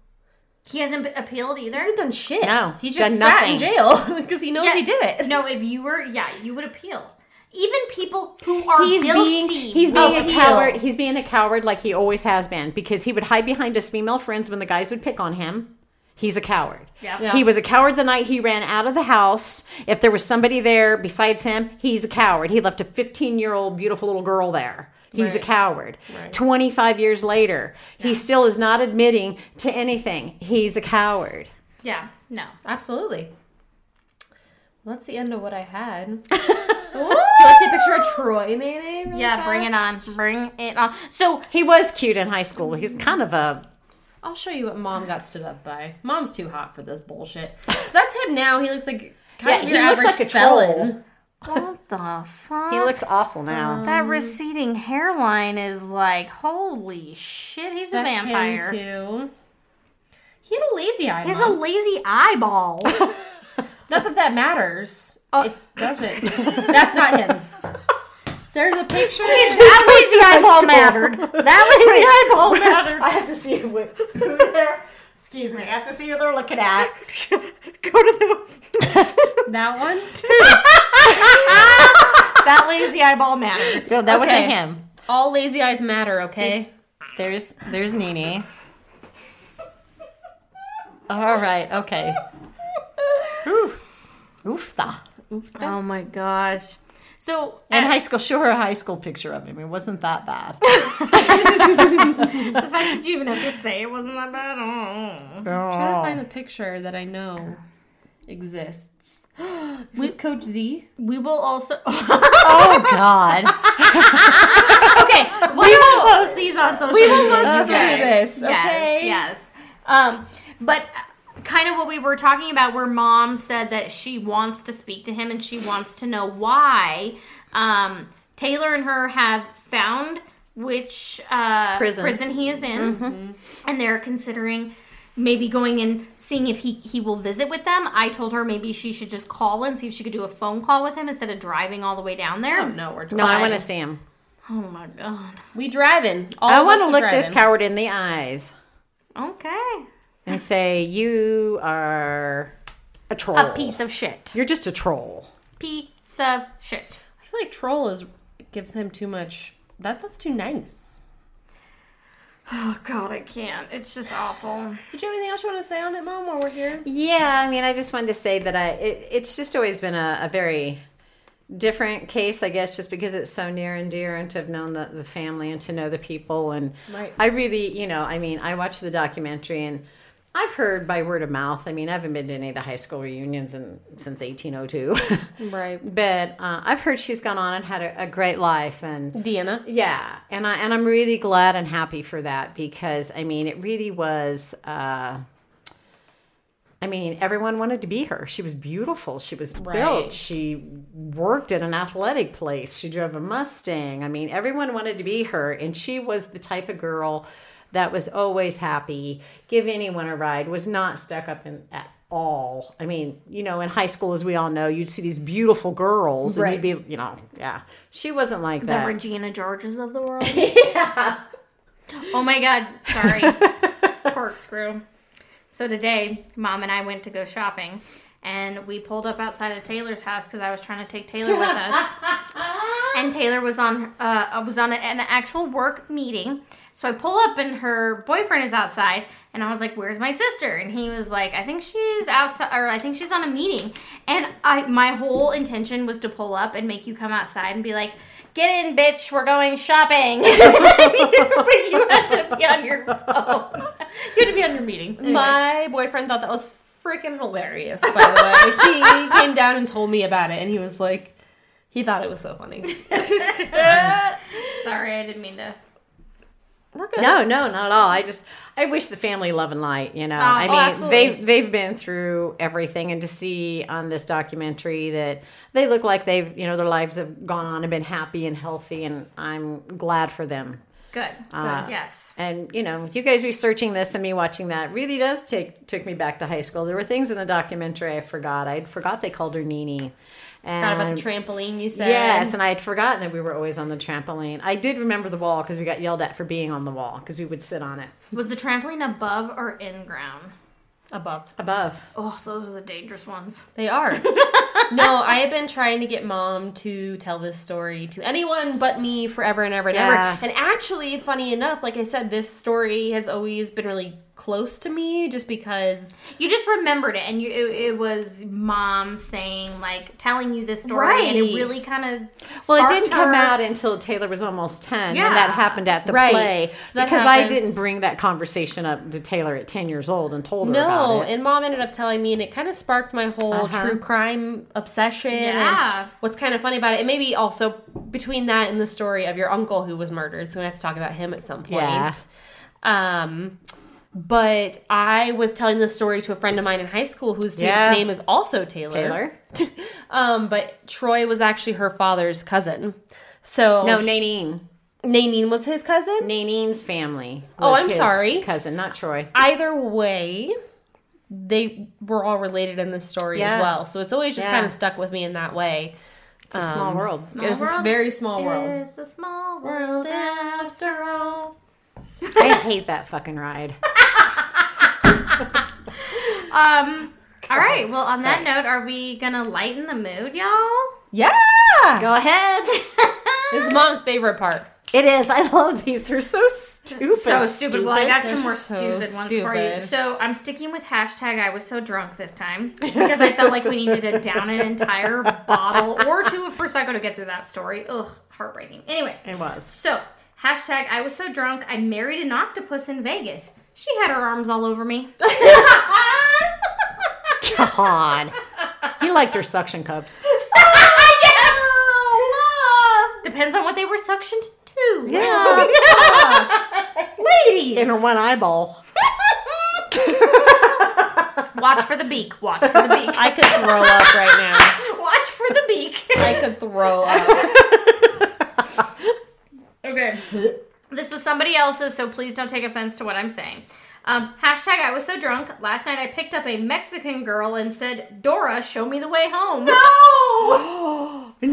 B: he hasn't been appealed either.
C: He hasn't done shit.
D: No,
C: he's just
D: done
C: sat in
D: nothing.
C: jail because he knows
B: Yeah.
C: he did it.
B: No, if you were, yeah, you would appeal. Even people who are
D: He's
B: guilty, Oh,
D: being he's being a
C: appeal.
D: coward. He's being a coward like he always has been because he would hide behind his female friends when the guys would pick on him. He's a coward.
B: Yeah.
D: He was a coward the night he ran out of the house. If there was somebody there besides him, he's a coward. He left a 15 year old beautiful little girl there. He's a
C: Right.
D: coward. 25 years later, he still is not admitting to anything. He's a coward.
B: yeah, no.
C: Absolutely. Well, that's the end of what I had. Ooh. Do you want to see a picture of Troy Nene? Really
B: Yeah, bring it on.
C: fast?
B: Bring it on. uh, So
D: He was cute in high school. He's kind of a
C: I'll show you what mom got stood up by. Mom's too hot for this bullshit. So that's him now. He looks like
D: yeah.
C: kind of
D: He
C: your
D: looks
C: average
D: like a
C: felon.
D: troll.
B: what the fuck?
D: He looks awful now.
B: that receding hairline is like holy shit. He's a
C: That's him,
B: vampire.
C: too. He had a lazy eye.
B: He has a
C: Mom.
B: lazy eyeball.
C: Not that that matters. it doesn't. That's not him. There's a picture.
D: that lazy eyeball
B: mattered.
D: That lazy eyeball mattered. I have to see who who they're. Excuse me. I have to see who they're looking at. Go to the.
C: that one.
D: that lazy eyeball matters. No, that
C: Okay.
D: wasn't him.
C: All lazy eyes matter. Okay.
D: There's there's Nene. All right. Okay. Whew. Oofta.
B: oh my gosh. So
D: And high school, show her a high school picture of him. It wasn't that bad.
B: the fact that you even have to say it wasn't that bad. I don't know.
C: I'm trying to
D: Oh.
C: find the picture that I know exists. Is this Coach Z?
B: We will also
D: oh God.
B: okay. We will post these on social. We will look
D: through
B: Yes,
C: this, okay?
B: yes. Um, but kind of what we were talking about, where mom said that she wants to speak to him and she wants to know why. Um, Taylor and her have found which uh,
D: Prison.
B: he is in, and they're considering. Maybe going and seeing if he, he will visit with them. I told her maybe she should just call and see if she could do a phone call with him instead of driving all the way down there.
C: Oh no, we're
D: No, I
C: driving.
D: want to see him.
B: Oh my god.
C: We driving. All
D: I
C: of
D: want
C: us
D: to
C: are
D: look this
C: driving.
D: coward in the eyes.
B: Okay.
D: and say you are a troll.
B: A piece of shit.
D: You're just a troll.
B: Piece of shit.
C: I feel like troll is gives him too much. That that's too nice.
B: Oh god, I can't. It's just awful.
C: Did you have anything else you want to say on it, Mom? While we're here,
D: Yeah, I mean, I just wanted to say that I it, it's just always been a, a very different case, I guess, just because it's so near and dear, and to have known the, the family and to know the people. And
C: Right.
D: I really, you know, I mean, I watched the documentary and. I've heard by word of mouth. I mean, I haven't been to any of the high school reunions in, since 1802.
C: right?
D: but uh, I've heard she's gone on and had a, a great life. And
C: Deanna.
D: Yeah, and I and I'm really glad and happy for that because I mean it really was. Uh, I mean, everyone wanted to be her. She was beautiful. She was
C: Right.
D: built. She worked at an athletic place. She drove a Mustang. I mean, everyone wanted to be her, and she was the type of girl that was always happy, give anyone a ride, was not stuck up in at all. I mean, you know, in high school, as we all know, you'd see these beautiful girls, and you'd be, you know, yeah. She wasn't like
B: The
D: that.
B: Regina Georges of the world. Oh my god. Sorry. Corkscrew. So today, mom and I went to go shopping. And we pulled up outside of Taylor's house because I was trying to take Taylor with us. and Taylor was on uh, was on an actual work meeting. So I pull up and her boyfriend is outside, and I was like, "Where's my sister?" And he was like, "I think she's outside, or I think she's on a meeting." And I, my whole intention was to pull up and make you come outside and be like, "Get in, bitch! We're going shopping." but you had to be on your phone. You had to be on your meeting. Anyway.
C: My boyfriend thought that was freaking hilarious, by the way. he came down and told me about it, and he was like, he thought it was so funny.
B: Sorry, I didn't mean to.
C: We're good.
D: No, no, not at all. I just I wish the family love and light. You know, I mean,
C: Oh, absolutely.
D: they they've been through everything, and to see on this documentary that they look like they've you know their lives have gone on and been happy and healthy, and I'm glad for them.
B: Good.
D: Uh,
B: Good. Yes.
D: And you know, you guys researching this and me watching that really does take took me back to high school. There were things in the documentary I forgot. I'd forgot they called her Nini. And
C: Not about the trampoline you said.
D: Yes, and I had forgotten that we were always on the trampoline. I did remember the wall because we got yelled at for being on the wall because we would sit on it
B: Was the trampoline above or in ground?
C: Above.
D: above.
B: Oh, those are the dangerous ones.
C: They are. no, I have been trying to get mom to tell this story to anyone but me forever and ever and
D: Yeah.
C: ever. And actually, funny enough, like I said, this story has always been really close to me just because
B: You just remembered it, and you it, it was mom saying like telling you this story, and
C: Right.
B: it really kind of
D: Well, it didn't come out until Taylor was almost 10,
B: Yeah.
D: and that happened at the
C: Right.
D: play.
C: So that
D: because I
C: happened-
D: didn't bring that conversation up to Taylor at 10 years old and told her
C: No,
D: about it. Uh-huh.
C: and mom ended up telling me, and it kind of sparked my whole true crime obsession. and
B: Yeah.
C: what's kind of funny about it, and maybe also between that and the story of your uncle who was murdered, so we have to talk about him at some point.
D: Yeah.
C: Um, but I was telling this story to a friend of mine in high school whose ta-
D: Yeah.
C: name is also Taylor.
D: Taylor?
C: Um, but Troy was actually her father's cousin. So
D: No, Nanine.
C: Nanine was his cousin.
D: Nanine's family.
C: Oh,
D: was
C: I'm
D: his
C: sorry.
D: Cousin, not Troy.
C: either way, they were all related in this story as
D: Yeah.
C: well. So it's always just
D: Yeah.
C: kind of stuck with me in that way.
D: It's a Um, small world.
C: it's a very small world.
B: It's a small world after all.
D: I hate that fucking ride.
B: Um. All right. Well, on that note, are we gonna lighten the mood, y'all?
C: Yeah,
D: Go ahead.
C: this is mom's favorite part.
D: It is. I love these. They're so stupid.
B: So stupid. Well, I got
C: They're
B: some more
C: so
B: stupid ones for you.
C: stupid.
B: So I'm sticking with hashtag I was so drunk this time because I felt like we needed to down an entire bottle or two of Prosecco to get through that story. Ugh, heartbreaking. Anyway,
D: It was.
B: so hashtag I was so drunk I married an octopus in Vegas. She had her arms all over me.
D: God. He liked her suction cups.
B: Depends on what they were suctioned to.
D: Yeah. Ladies. In her one eyeball.
B: Watch for the beak. Watch for the beak.
C: I could throw up right now.
B: Watch for the beak.
C: I could throw up.
B: Okay. This was somebody else's, so please don't take offense to what I'm saying. Um, hashtag I was so drunk. Last night I picked up a Mexican girl and said, Dora, show me the way home.
D: No. no.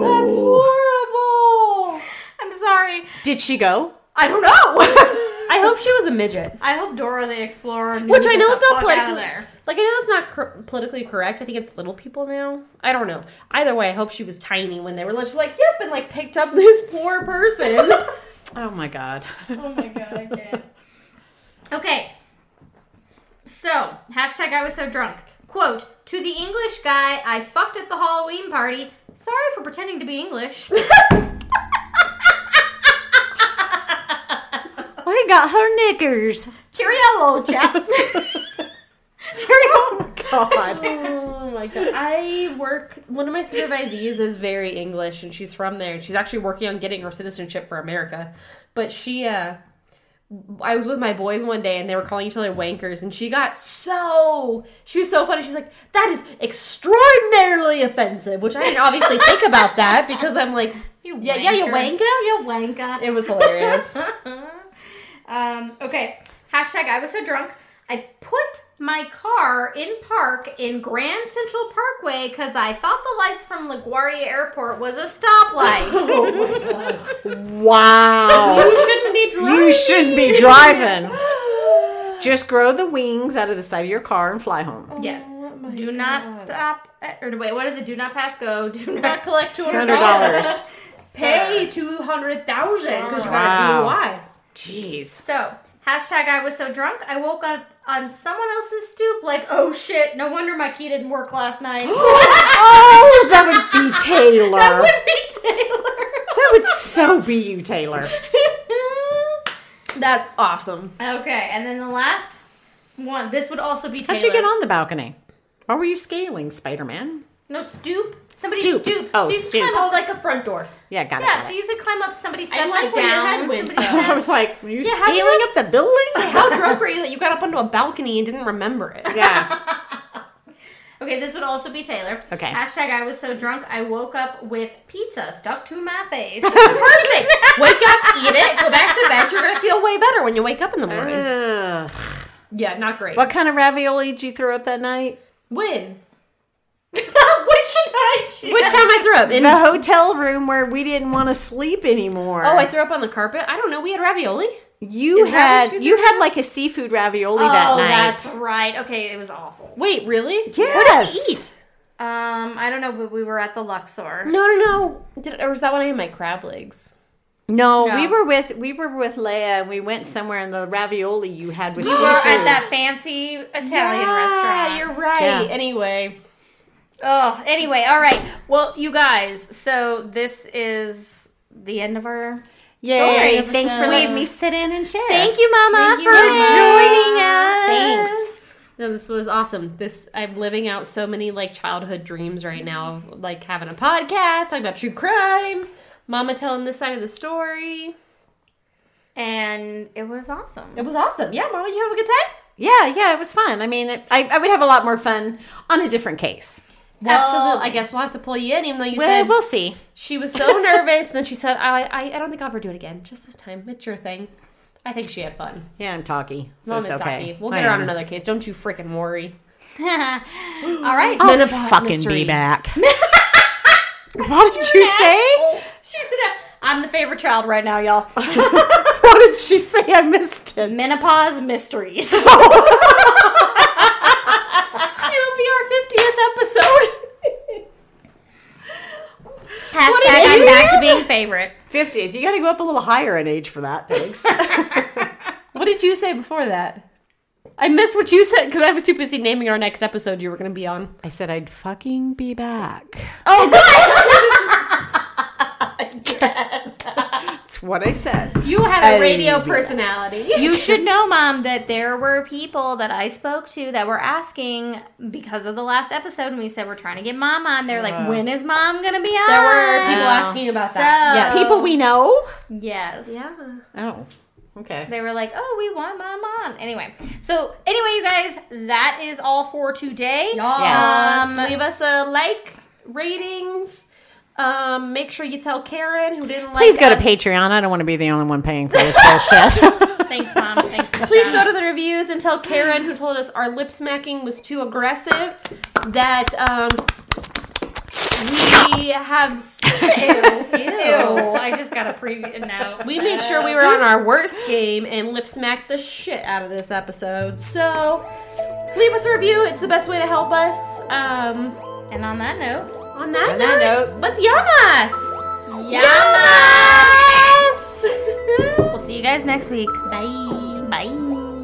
D: That's horrible.
B: I'm sorry.
D: Did she go?
B: I don't know.
C: I hope she was a midget,
B: I hope Dora the Explorer knew
C: which
B: to
C: I
B: get
C: know
B: the
C: is not
B: fuck out of
C: politically.
B: there.
C: Like I know it's not cor- politically correct. I think it's little people now. I don't know. Either way, I hope she was tiny when they were just like, "Yep," and like picked up this poor person.
D: Oh my god.
B: Okay. So, hashtag I was so drunk. Quote, to the English guy I fucked at the Halloween party. Sorry for pretending to be English.
D: I got her knickers.
B: Cheerio, old chap. Cheerio.
D: God.
C: Oh my god! I work. One of my supervisees is very English, and she's from there. And she's actually working on getting her citizenship for America. But she, uh, I was with my boys one day, and they were calling each other wankers, and she got so she was so funny. She's like, "That is extraordinarily offensive," which I didn't obviously think about that because I'm like,
B: You
C: "Yeah, yeah, you
B: wanker.
C: wanker."
B: You wanker.
C: It was hilarious.
B: Um, okay. Hashtag I was so drunk. I put my car in park in Grand Central Parkway because I thought the lights from LaGuardia Airport was a stoplight.
D: Wow.
B: you shouldn't be drunk.
D: you shouldn't be driving. Just grow the wings out of the side of your car and fly home.
B: Yes. Do not stop. At, or wait, what is it? Do not pass go. Do not
C: Collect two hundred
D: Hundred
C: dollars.
D: dollars.
C: Pay two hundred thousand because you got
D: Wow.
C: a DUI.
D: Jeez.
B: So, hashtag I was so drunk, I woke up on someone else's stoop like, oh shit, no wonder my key didn't work last night.
D: Oh, that would be Taylor.
B: that would be
D: That would so be you, Taylor.
B: Taylor.
C: That's awesome.
B: Okay, and then the last one. This would also be Taylor.
D: How'd you get on the balcony? Why were you scaling, Spider Man?
B: No, stoop. Somebody stoop.
D: Stoop. Oh,
B: so you could
D: stoop.
B: Climb up,
C: like a front door.
D: Yeah, got
B: yeah,
D: it.
B: so you could climb up somebody's steps
C: like
B: like
C: where your
B: down.
C: head went,
B: somebody's
C: though.
B: steps.
D: I was like, are you
C: how'd you
D: scaling up the buildings?
C: How drunk were you that you got up onto a balcony and didn't remember it?
D: yeah.
B: Okay, this would also be Taylor.
D: Okay.
B: Hashtag I was so drunk I woke up with pizza stuck to my face. Perfect.
C: Wake up, eat it, go back to bed. You're gonna feel way better when you wake up in the morning.
D: Ugh.
C: Uh, Yeah, not great.
D: What kind of ravioli did you throw up that night?
C: When?
B: Which should I choose?
C: Which time I threw up?
D: In
C: In-
D: the hotel room where we didn't want to sleep anymore.
C: oh, I threw up on the carpet. I don't know. We had ravioli.
D: you
B: that
D: had
B: what
D: you,
B: you
D: had like a seafood ravioli that
B: Oh,
D: night.
B: that's right. Okay, it was awful.
C: Wait, really?
D: Yes.
C: What did I eat?
B: Um, I don't know, but we were at the Luxor.
C: No, no, no. Did, or was that when I had my crab legs?
D: No, we
B: No.
D: were with we were with Leia and we went somewhere and the ravioli you had was
B: We were
D: seafood.
B: at that fancy Italian restaurant.
C: Ah, you're right.
D: Yeah.
C: Anyway,
B: Oh, anyway, all right. Well, you guys, so this is the end of our.
D: Yay! thanks for letting
B: We've-
D: me sit in and share.
B: Thank you, Mama, for joining us.
D: Thanks.
C: no, this was awesome. This I'm living out so many like childhood dreams right now of like having a podcast, talking about true crime, mama telling this side of the story.
B: And it was awesome.
C: It was awesome. Yeah, mama, you have a good time.
D: Yeah, yeah, it was fun. I mean, it, I, I would have a lot more fun on a different case.
C: Absolutely. I guess we'll have to pull you in, even though you
D: Well,
C: said
D: we'll see.
C: she was so nervous, and then she said, I, "I, I don't think I'll ever do it again. Just this time, it's your thing." I think she had fun.
D: Yeah, I'm talky, so
C: Mom
D: it's
C: is
D: okay.
C: Docky. We'll
D: I
C: get her on
D: am.
C: another case. Don't you freaking worry.
B: All right.
D: I'll
C: Menopause
D: fucking be
C: mysteries.
D: back. what did you say?
B: She's gonna. I'm the favorite child right now, y'all.
D: What did she say? I missed it.
B: Menopause mysteries.
C: It'll be our fiftieth episode.
B: Hashtag I'm back to being favorite.
D: 50s. You got to go up a little higher in age for that. Thanks.
C: What did you say before that? I missed what you said because I was too busy naming our next episode you were going to be on.
D: I said I'd fucking be back.
C: Oh,
D: That's what I said.
B: You have
D: I'll
B: a radio
D: be
B: personality.
F: You should know, Mom, that there were people that I spoke to that were asking because of the last episode, and we said we're trying to get Mom on. They're like, when is Mom gonna be on?
C: there were people
D: Wow.
C: asking about that.
F: So-
C: Yes.
D: People we know.
F: Yes.
D: Oh, okay.
F: They were like, oh, we want Mom on. Anyway, so anyway, you guys, that is all for today.
C: Yes.
F: Um,
C: leave us a like, ratings. Um, make sure you tell Karen who didn't like. uh,
D: Please go to
C: us-
D: Patreon. I don't want to be the only one paying for this bullshit.
F: Thanks, Mom. Thanks for
C: Please go to the reviews and tell Karen who told us our lip smacking was too aggressive. That um, we have
B: Ew. I just got a preview now.
C: We made sure we were on our worst game and lip smacked the shit out of this episode. So leave us a review. It's the best way to help us. Um,
B: And on that note,
C: on that,
D: On that
C: note,
D: note-
C: let's yamas.
B: Yama!
C: Yes.
B: We'll see you guys next week. Bye. Bye.